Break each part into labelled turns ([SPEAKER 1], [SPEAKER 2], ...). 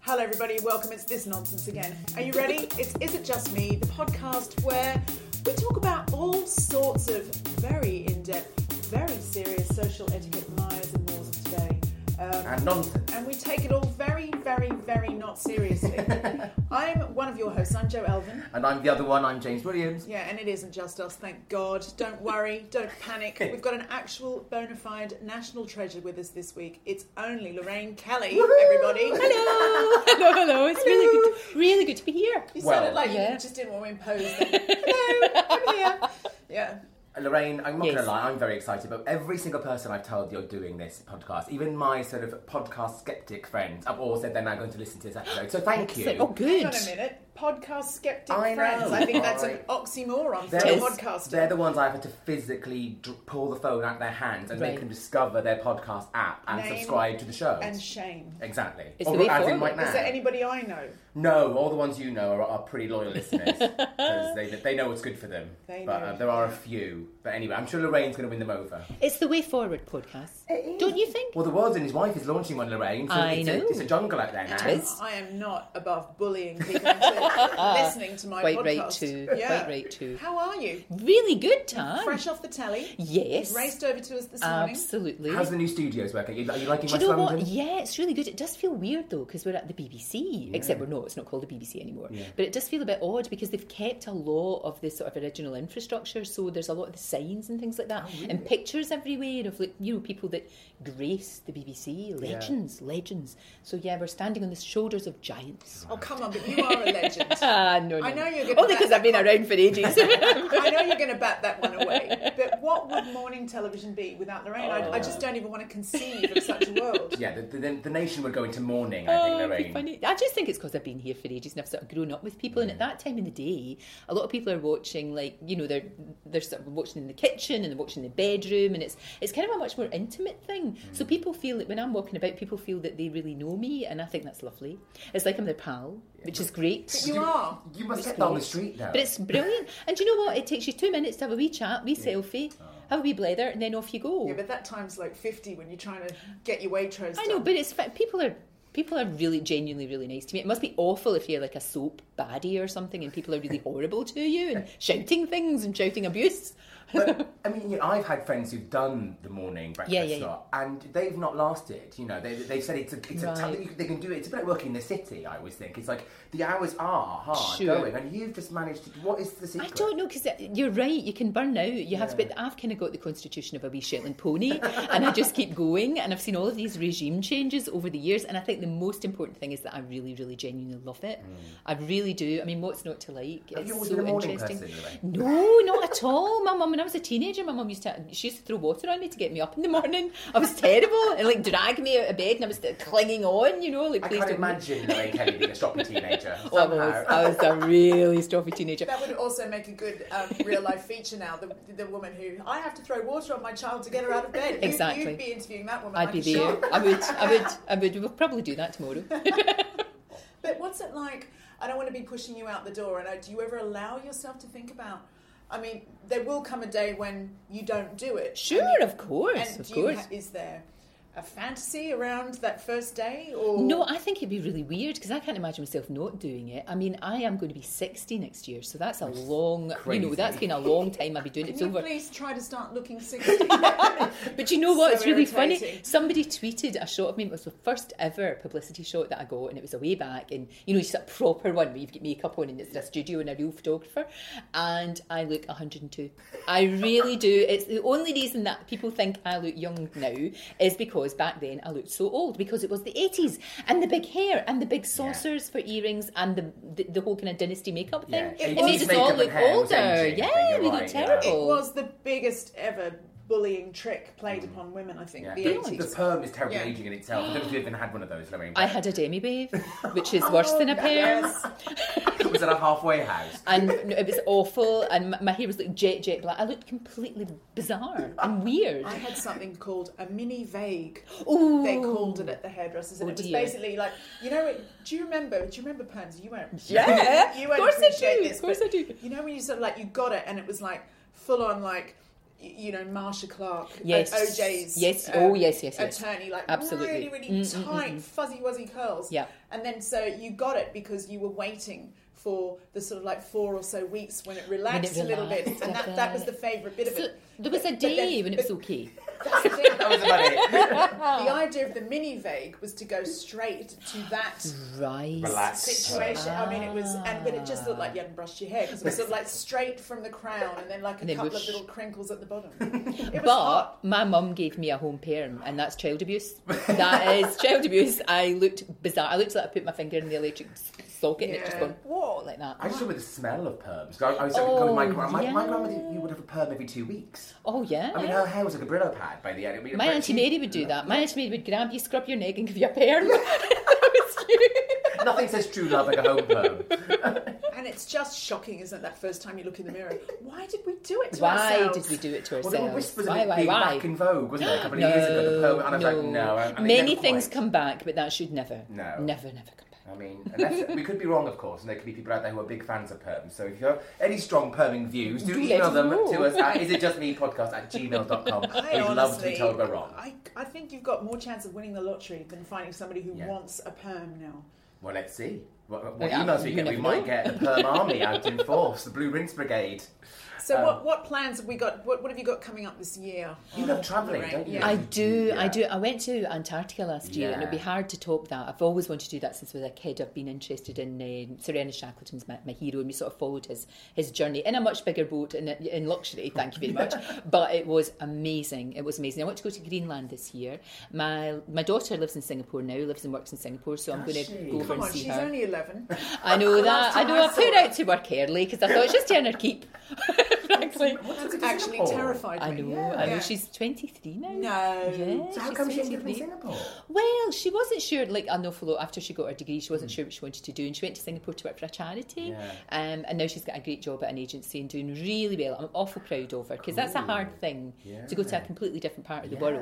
[SPEAKER 1] Hello, everybody. Welcome. It's this nonsense again. Are you ready? It's Is It Just Me, the podcast where we talk about all sorts of very in depth, very serious social etiquette mires and wars of today. Um,
[SPEAKER 2] and nonsense.
[SPEAKER 1] and we take it all very, very, very not seriously. I'm one of your hosts. I'm Joe Elvin.
[SPEAKER 2] And I'm the other one, I'm James Williams.
[SPEAKER 1] Yeah, and it isn't just us, thank God. Don't worry, don't panic. We've got an actual bona fide national treasure with us this week. It's only Lorraine Kelly, everybody.
[SPEAKER 3] Hello, hello, hello. It's really good, to, really good to be here.
[SPEAKER 1] You
[SPEAKER 2] Well,
[SPEAKER 1] sounded like you
[SPEAKER 3] yeah.
[SPEAKER 1] just didn't want to impose that. Hello, I'm here. Yeah.
[SPEAKER 2] And Lorraine, I'm not
[SPEAKER 3] Yes.
[SPEAKER 2] going to lie, I'm very excited, but every single person I've told you're doing this podcast, even my sort of podcast skeptic friends, have all said they're now going to listen to this episode. So thank you.
[SPEAKER 3] Oh, good.
[SPEAKER 1] Hang on a minute. Podcast skeptic
[SPEAKER 2] I know.
[SPEAKER 1] friends. I think that's an
[SPEAKER 2] Right.
[SPEAKER 1] oxymoron for
[SPEAKER 2] They're,
[SPEAKER 1] a
[SPEAKER 2] the-
[SPEAKER 1] podcaster.
[SPEAKER 2] they're the ones I've had to physically dr- pull the phone out of their hands and they
[SPEAKER 3] Right.
[SPEAKER 2] can discover their podcast app and
[SPEAKER 1] Name
[SPEAKER 2] subscribe to the shows.
[SPEAKER 1] and shame. Oh,
[SPEAKER 2] Exactly.
[SPEAKER 3] It's
[SPEAKER 2] Or
[SPEAKER 3] the way
[SPEAKER 2] as in
[SPEAKER 3] forward.
[SPEAKER 2] right now.
[SPEAKER 1] Is there anybody I know?
[SPEAKER 2] No, all the ones you know are, are pretty loyal listeners because they, they know what's good for them.
[SPEAKER 1] They
[SPEAKER 2] but
[SPEAKER 1] know.
[SPEAKER 2] Uh, there are a few. But anyway, I'm sure Lorraine's going to win them over.
[SPEAKER 3] It's the way forward podcast. Don't you think?
[SPEAKER 2] Well, the world and his wife is launching one, Lorraine. So
[SPEAKER 3] I
[SPEAKER 2] it's,
[SPEAKER 3] know.
[SPEAKER 2] A, it's a jungle out there now.
[SPEAKER 3] It is.
[SPEAKER 1] I am not above bullying people into listening to my
[SPEAKER 3] Quite
[SPEAKER 1] podcast.
[SPEAKER 3] right too. Quite right too.
[SPEAKER 1] How are you?
[SPEAKER 3] Really good time.
[SPEAKER 1] Fresh off the telly.
[SPEAKER 3] Yes.
[SPEAKER 1] Raced over to us this morning.
[SPEAKER 3] Absolutely.
[SPEAKER 2] How's the new studios working? Are you, are you liking
[SPEAKER 3] Do you
[SPEAKER 2] West
[SPEAKER 3] know
[SPEAKER 2] London?
[SPEAKER 3] what? Yeah, it's really good. It does feel weird though because we're at the BBC, except we're not. It's not called the BBC anymore. But it does feel a bit odd because they've kept a lot of this sort of original infrastructure. So there's a lot of the signs and things like that,
[SPEAKER 1] Oh,
[SPEAKER 3] and pictures everywhere of like you know people that grace the BBC, legends, legends. So yeah, we're standing on the shoulders of giants.
[SPEAKER 1] Oh, come on, but you are a legend.
[SPEAKER 3] Ah, no, no.
[SPEAKER 1] I know you're gonna
[SPEAKER 3] Only because
[SPEAKER 1] let
[SPEAKER 3] I've been around for ages.
[SPEAKER 1] I know you're going to bat that one away, but what would morning television be without Lorraine? I, I
[SPEAKER 3] Oh.
[SPEAKER 1] just don't even want to conceive of such a world.
[SPEAKER 2] Yeah, the, the, the nation would go into mourning, I think,
[SPEAKER 3] Oh, It'd be
[SPEAKER 2] Lorraine.
[SPEAKER 3] funny. I just think it's because I've been here for ages and I've sort of grown up with people. And at that time in the day, a lot of people are watching, like you know, they're they're sort of watching in the kitchen and they're watching in the bedroom, and it's it's kind of a much more intimate thing. So people feel that when I'm walking about, people feel that they really know me, and I think that's lovely. It's like I'm their pal, which is great.
[SPEAKER 1] You are.
[SPEAKER 2] You must get down the street now.
[SPEAKER 3] But it's brilliant. and do you know what? It takes you two minutes to have a wee chat, wee selfie, have a wee blather, and then off you go.
[SPEAKER 1] Yeah, but that time's like 50 when you're trying to get your waitrose
[SPEAKER 3] I know,
[SPEAKER 1] done.
[SPEAKER 3] but it's fa- people are people are really genuinely really nice to me. It must be awful if you're like a soap baddie or something, and people are really horrible to you and shouting things and shouting abuse.
[SPEAKER 2] But, I mean, you know, I've had friends who've done the morning breakfast
[SPEAKER 3] Yeah, yeah, yeah.
[SPEAKER 2] slot, and they've not lasted. You know, they, they've said it's a, it's a time
[SPEAKER 3] Right.
[SPEAKER 2] that you, they can do it. It's a bit like working in the city. I always think it's like the hours are hard
[SPEAKER 3] Sure.
[SPEAKER 2] going, and you've just managed. to... What is the
[SPEAKER 3] I
[SPEAKER 2] secret?
[SPEAKER 3] don't know because you're right. You can burn out. You have to, but I've kind of got the constitution of a wee Shetland pony, and I just keep going. And I've seen all of these regime changes over the years, and I think the most important thing is that I really, really, genuinely love it. I really do. I mean, what's not to like?
[SPEAKER 2] Mm. Have
[SPEAKER 3] it's
[SPEAKER 2] you always
[SPEAKER 3] so
[SPEAKER 2] been a morning
[SPEAKER 3] interesting.
[SPEAKER 2] person, Lorraine?
[SPEAKER 3] No, not at all. My mum when I was a teenager, my mum used to she used to throw water on me to get me up in the morning. I was terrible and like drag me out of bed, and I was clinging on, you know, like
[SPEAKER 2] I
[SPEAKER 3] please
[SPEAKER 2] can't
[SPEAKER 3] don't.
[SPEAKER 2] imagine Lorraine Kelly being a stroppy teenager.
[SPEAKER 3] Oh, I was,
[SPEAKER 2] somehow.
[SPEAKER 3] I was a really stroppy teenager.
[SPEAKER 1] That would also make a good um, real life feature now. The, the woman who I have to throw water on my child to get her out of bed. You-
[SPEAKER 3] Exactly.
[SPEAKER 1] You'd be interviewing that woman.
[SPEAKER 3] I'd
[SPEAKER 1] like
[SPEAKER 3] be
[SPEAKER 1] a
[SPEAKER 3] there.
[SPEAKER 1] shark.
[SPEAKER 3] I would, I would, I would. We'll probably do that tomorrow.
[SPEAKER 1] But what's it like? I don't want to be pushing you out the door. And I, do you ever allow yourself to think about? I mean, there will come a day when you don't do it.
[SPEAKER 3] sure, of course,
[SPEAKER 1] And
[SPEAKER 3] of
[SPEAKER 1] do you
[SPEAKER 3] course.
[SPEAKER 1] ha- is there a fantasy around that first day? Or
[SPEAKER 3] No, I think it'd be really weird because I can't imagine myself not doing it. I mean, I am going to be 60 next year, so that's a long, you know,
[SPEAKER 2] crazy.
[SPEAKER 3] that's been a long time I've been doing it. It's
[SPEAKER 1] Can you
[SPEAKER 3] over.
[SPEAKER 1] please try to start looking 60?
[SPEAKER 3] But you know what?
[SPEAKER 1] So
[SPEAKER 3] it's really funny.
[SPEAKER 1] irritating.
[SPEAKER 3] Somebody tweeted a shot of me. It was the first ever publicity shot that I got, and it was a way back. And you know, it's a proper one where you've got makeup on, and it's in a studio and a real photographer. And I look 102. I really do. It's the only reason that people think I look young now is because back then I looked so old because it was the 80s and the big hair and the big saucers for earrings and the the, the whole kind of dynasty makeup thing.
[SPEAKER 2] Yeah,
[SPEAKER 3] It
[SPEAKER 2] 80s
[SPEAKER 3] made us all
[SPEAKER 2] makeup and
[SPEAKER 3] look
[SPEAKER 2] hair was
[SPEAKER 3] older.
[SPEAKER 2] aging, I
[SPEAKER 3] Yeah,
[SPEAKER 2] think
[SPEAKER 3] we
[SPEAKER 2] you're
[SPEAKER 3] looked
[SPEAKER 2] right, yeah.
[SPEAKER 3] terrible.
[SPEAKER 1] It was the biggest ever bullying trick played upon women, I think.
[SPEAKER 2] Yeah.
[SPEAKER 1] The
[SPEAKER 2] The,
[SPEAKER 1] 80s.
[SPEAKER 2] the perm is terribly
[SPEAKER 1] Yeah.
[SPEAKER 2] aging in itself. I don't know if you even had one of those, Lorraine.
[SPEAKER 3] I had a demi wave, which is worse than a pair.
[SPEAKER 1] Oh, Yes.
[SPEAKER 2] it was at a halfway house.
[SPEAKER 3] and no, it was awful. And my, my hair was like jet jet black. I looked completely bizarre and weird.
[SPEAKER 1] I had something called a mini vague.
[SPEAKER 3] Ooh.
[SPEAKER 1] They called it at the hairdressers, and
[SPEAKER 3] Oh,
[SPEAKER 1] it was
[SPEAKER 3] dear.
[SPEAKER 1] basically like, you know, it, do you remember? Do you remember Pansy? You won't.
[SPEAKER 3] Yeah,
[SPEAKER 1] you
[SPEAKER 3] of
[SPEAKER 1] won't
[SPEAKER 3] course I
[SPEAKER 1] appreciate
[SPEAKER 3] do, of
[SPEAKER 1] This,
[SPEAKER 3] course
[SPEAKER 1] but
[SPEAKER 3] I do.
[SPEAKER 1] You know when you sort of like you got it, and it was like full on like. y- You know, Marsha Clark, uh,
[SPEAKER 3] Yes.
[SPEAKER 1] OJ's,
[SPEAKER 3] Yes. Oh, yes, yes, yes.
[SPEAKER 1] attorney, like
[SPEAKER 3] Absolutely. Mm,
[SPEAKER 1] really, really tight, fuzzy, wuzzy curls.
[SPEAKER 3] Yeah.
[SPEAKER 1] and then so you got it because you were waiting for the sort of like four or so weeks when it relaxed, a little bit,
[SPEAKER 3] relaxed,
[SPEAKER 1] and
[SPEAKER 3] I
[SPEAKER 1] that, that was
[SPEAKER 3] bet.
[SPEAKER 1] the favourite bit of
[SPEAKER 3] So
[SPEAKER 1] it.
[SPEAKER 3] there was a
[SPEAKER 1] But- but
[SPEAKER 3] day
[SPEAKER 1] then-
[SPEAKER 3] when it was
[SPEAKER 1] but-
[SPEAKER 3] okay.
[SPEAKER 1] that's the thing.
[SPEAKER 2] That was about it.
[SPEAKER 1] The idea of the mini vague was to go straight to that
[SPEAKER 3] Right.
[SPEAKER 2] Relax.
[SPEAKER 1] situation. I mean, it was, and but it just looked like you hadn't brushed your hair because it was sort of like straight from the crown, and then like a
[SPEAKER 3] then
[SPEAKER 1] couple of
[SPEAKER 3] whoosh.
[SPEAKER 1] little crinkles at the bottom. It was hot.
[SPEAKER 3] But my mum gave me a home perm, and that's child abuse. That is child abuse. I looked bizarre. I looked like I put my finger in the electric s- socket and it just
[SPEAKER 1] Yeah.
[SPEAKER 3] gone whoa like that.
[SPEAKER 2] I just remember the smell of perms. I, I was oh, going with my
[SPEAKER 3] Oh,
[SPEAKER 2] grandma. My, my
[SPEAKER 3] yeah.
[SPEAKER 2] grandma did, you would have a perm every two weeks.
[SPEAKER 3] oh yeah.
[SPEAKER 2] I mean, her hair was like a Brillo pad by the end. I mean,
[SPEAKER 3] my
[SPEAKER 2] but
[SPEAKER 3] auntie
[SPEAKER 2] she-
[SPEAKER 3] Mary would do that. My auntie Mary would grab you, scrub your neck, and give you a perm. that was cute.
[SPEAKER 2] Nothing says true love like a home perm.
[SPEAKER 1] and it's just shocking, isn't it? That first time you look in the mirror, why did we do it to
[SPEAKER 3] Why
[SPEAKER 1] ourselves?
[SPEAKER 3] did we do it to
[SPEAKER 2] Well, there were
[SPEAKER 3] ourselves?
[SPEAKER 2] whispers of
[SPEAKER 3] why,
[SPEAKER 2] it
[SPEAKER 3] why,
[SPEAKER 2] being
[SPEAKER 3] why?
[SPEAKER 2] back in vogue, wasn't there, a couple of years ago? The perm, and I was like, no. I, I mean,
[SPEAKER 3] Many
[SPEAKER 2] never
[SPEAKER 3] things
[SPEAKER 2] quite.
[SPEAKER 3] come back, but that should never,
[SPEAKER 2] No.
[SPEAKER 3] never, never come back.
[SPEAKER 2] I mean, unless, we could be wrong, of course, and there could be people out there who are big fans of perms. So if you have any strong perming views, do,
[SPEAKER 3] Do let
[SPEAKER 2] email
[SPEAKER 3] us
[SPEAKER 2] them
[SPEAKER 3] know.
[SPEAKER 2] to us at isitjustmepodcast at gmail.com.
[SPEAKER 1] I
[SPEAKER 2] We'd love to be
[SPEAKER 1] honestly-
[SPEAKER 2] told we're wrong.
[SPEAKER 1] I, I think you've got more chance of winning the lottery than finding somebody who
[SPEAKER 2] Yeah.
[SPEAKER 1] wants a perm now.
[SPEAKER 2] Well, let's see. What, what
[SPEAKER 3] Yeah,
[SPEAKER 2] emails we
[SPEAKER 3] you
[SPEAKER 2] get, we
[SPEAKER 3] never
[SPEAKER 2] might
[SPEAKER 3] know.
[SPEAKER 2] get the Perm Army out in force, the Blue Rinse Brigade.
[SPEAKER 1] So
[SPEAKER 3] Um,
[SPEAKER 1] what, what plans have we got? What, what have you got coming up this year?
[SPEAKER 2] You love travelling,
[SPEAKER 1] Right,
[SPEAKER 2] don't you?
[SPEAKER 1] yeah.
[SPEAKER 3] I do, I
[SPEAKER 2] Yeah.
[SPEAKER 3] do. I went to Antarctica last year, and it'd be
[SPEAKER 2] Yeah.
[SPEAKER 3] hard to top that. I've always wanted to do that since I was a kid. I've been interested in um Serena Shackleton's my, my hero, and we sort of followed his his journey in a much bigger boat and in luxury. Thank you very much. but it was amazing. It was amazing. I want to go to Greenland this year. My my daughter lives in Singapore now, lives and works in Singapore, so I'm going to go over
[SPEAKER 1] Come
[SPEAKER 3] and
[SPEAKER 1] on,
[SPEAKER 3] see
[SPEAKER 1] she's
[SPEAKER 3] her.
[SPEAKER 1] only 11.
[SPEAKER 3] I know that.
[SPEAKER 1] Last
[SPEAKER 3] I
[SPEAKER 1] time
[SPEAKER 3] know.
[SPEAKER 1] I
[SPEAKER 3] I put
[SPEAKER 1] saw
[SPEAKER 3] out to work early because I thought it's just turn her keep. Frankly,
[SPEAKER 2] What's it in
[SPEAKER 1] Actually
[SPEAKER 2] Singapore?
[SPEAKER 1] terrified
[SPEAKER 3] Oh, I
[SPEAKER 1] me.
[SPEAKER 3] know.
[SPEAKER 1] Yeah.
[SPEAKER 3] I know.
[SPEAKER 1] Yeah.
[SPEAKER 3] She's twenty three now.
[SPEAKER 1] No.
[SPEAKER 3] Yeah,
[SPEAKER 2] So how
[SPEAKER 3] she's
[SPEAKER 2] come she ended up in
[SPEAKER 3] 23.
[SPEAKER 2] Singapore?
[SPEAKER 3] Well, she wasn't sure. Like an awful lot after she got her degree, she wasn't sure what she wanted to do, and she went to Singapore to work for a charity.
[SPEAKER 2] Yeah.
[SPEAKER 3] Um, and now she's got a great job at an agency and doing really well. I'm awful proud of her because that's a hard thing to go to a
[SPEAKER 2] Yeah.
[SPEAKER 3] completely different part of the
[SPEAKER 2] Yeah.
[SPEAKER 3] world.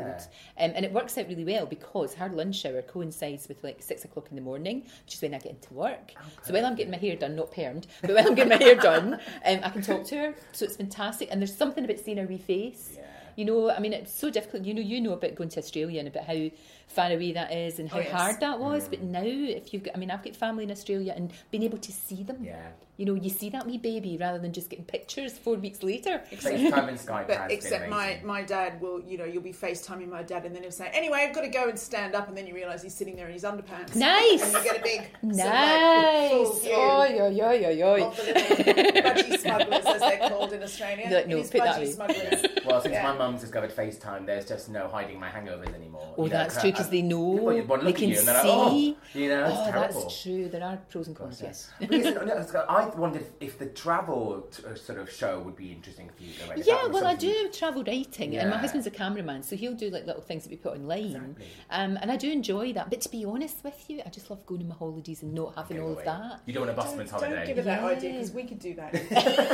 [SPEAKER 3] Um, and it works out really well because her lunch hour coincides with like six o'clock in the morning, which is when I get into work. So while I'm getting my hair done, not permed, but while I'm getting my hair done, um, I can talk to her. So it's fantastic. And there's something about seeing her wee face.
[SPEAKER 2] Yeah.
[SPEAKER 3] You know, I mean, it's so difficult. You know, you know about going to Australia and about how far away that is and how
[SPEAKER 1] Oh, yes.
[SPEAKER 3] hard that was. But now, if you've got, I mean, I've got family in Australia and being able to see them.
[SPEAKER 2] Yeah.
[SPEAKER 3] You know, you see that wee baby rather than just getting pictures four weeks later.
[SPEAKER 2] FaceTime and
[SPEAKER 1] But
[SPEAKER 2] Skype has been
[SPEAKER 1] except my,
[SPEAKER 2] amazing.
[SPEAKER 1] my dad will, you know, you'll be FaceTiming my dad and then he'll say, anyway, I've got to go and stand up. And then you realise he's sitting there in his underpants.
[SPEAKER 3] Nice.
[SPEAKER 1] And you get a big sort of like,
[SPEAKER 3] Nice.
[SPEAKER 1] full view
[SPEAKER 3] Oh, yo, yo, yo, yo.
[SPEAKER 1] of the little budgie smugglers, as they're called in Australia.
[SPEAKER 3] They're like, no,
[SPEAKER 1] It is
[SPEAKER 3] put that
[SPEAKER 1] budgie
[SPEAKER 3] away.
[SPEAKER 1] smugglers.
[SPEAKER 2] Well, well, since my mum's discovered FaceTime, there's just no hiding my hangovers anymore.
[SPEAKER 3] Oh,
[SPEAKER 2] You know, uh,
[SPEAKER 3] that's true because they
[SPEAKER 2] Well, you-
[SPEAKER 3] know.
[SPEAKER 2] one
[SPEAKER 3] They
[SPEAKER 2] look
[SPEAKER 3] can
[SPEAKER 2] at you and they're like, oh,
[SPEAKER 3] see.
[SPEAKER 2] you know, it's
[SPEAKER 3] Oh,
[SPEAKER 2] terrible.
[SPEAKER 3] that's true. There are pros and cons. Yes.
[SPEAKER 2] Because, no, it's got- I wondered if the travel t- uh, sort of show would be interesting for you. Lorraine. If that
[SPEAKER 3] Yeah,
[SPEAKER 2] was
[SPEAKER 3] well, I
[SPEAKER 2] something-
[SPEAKER 3] do travel writing, and my
[SPEAKER 2] Yeah.
[SPEAKER 3] husband's a cameraman, so he'll do like little things that we put online, um, and I do enjoy that. But to be honest with you, I just love going on my holidays and not having all of that.
[SPEAKER 2] You don't want a busman's
[SPEAKER 1] Don't,
[SPEAKER 2] holiday.
[SPEAKER 1] don't give her that idea because we could do that.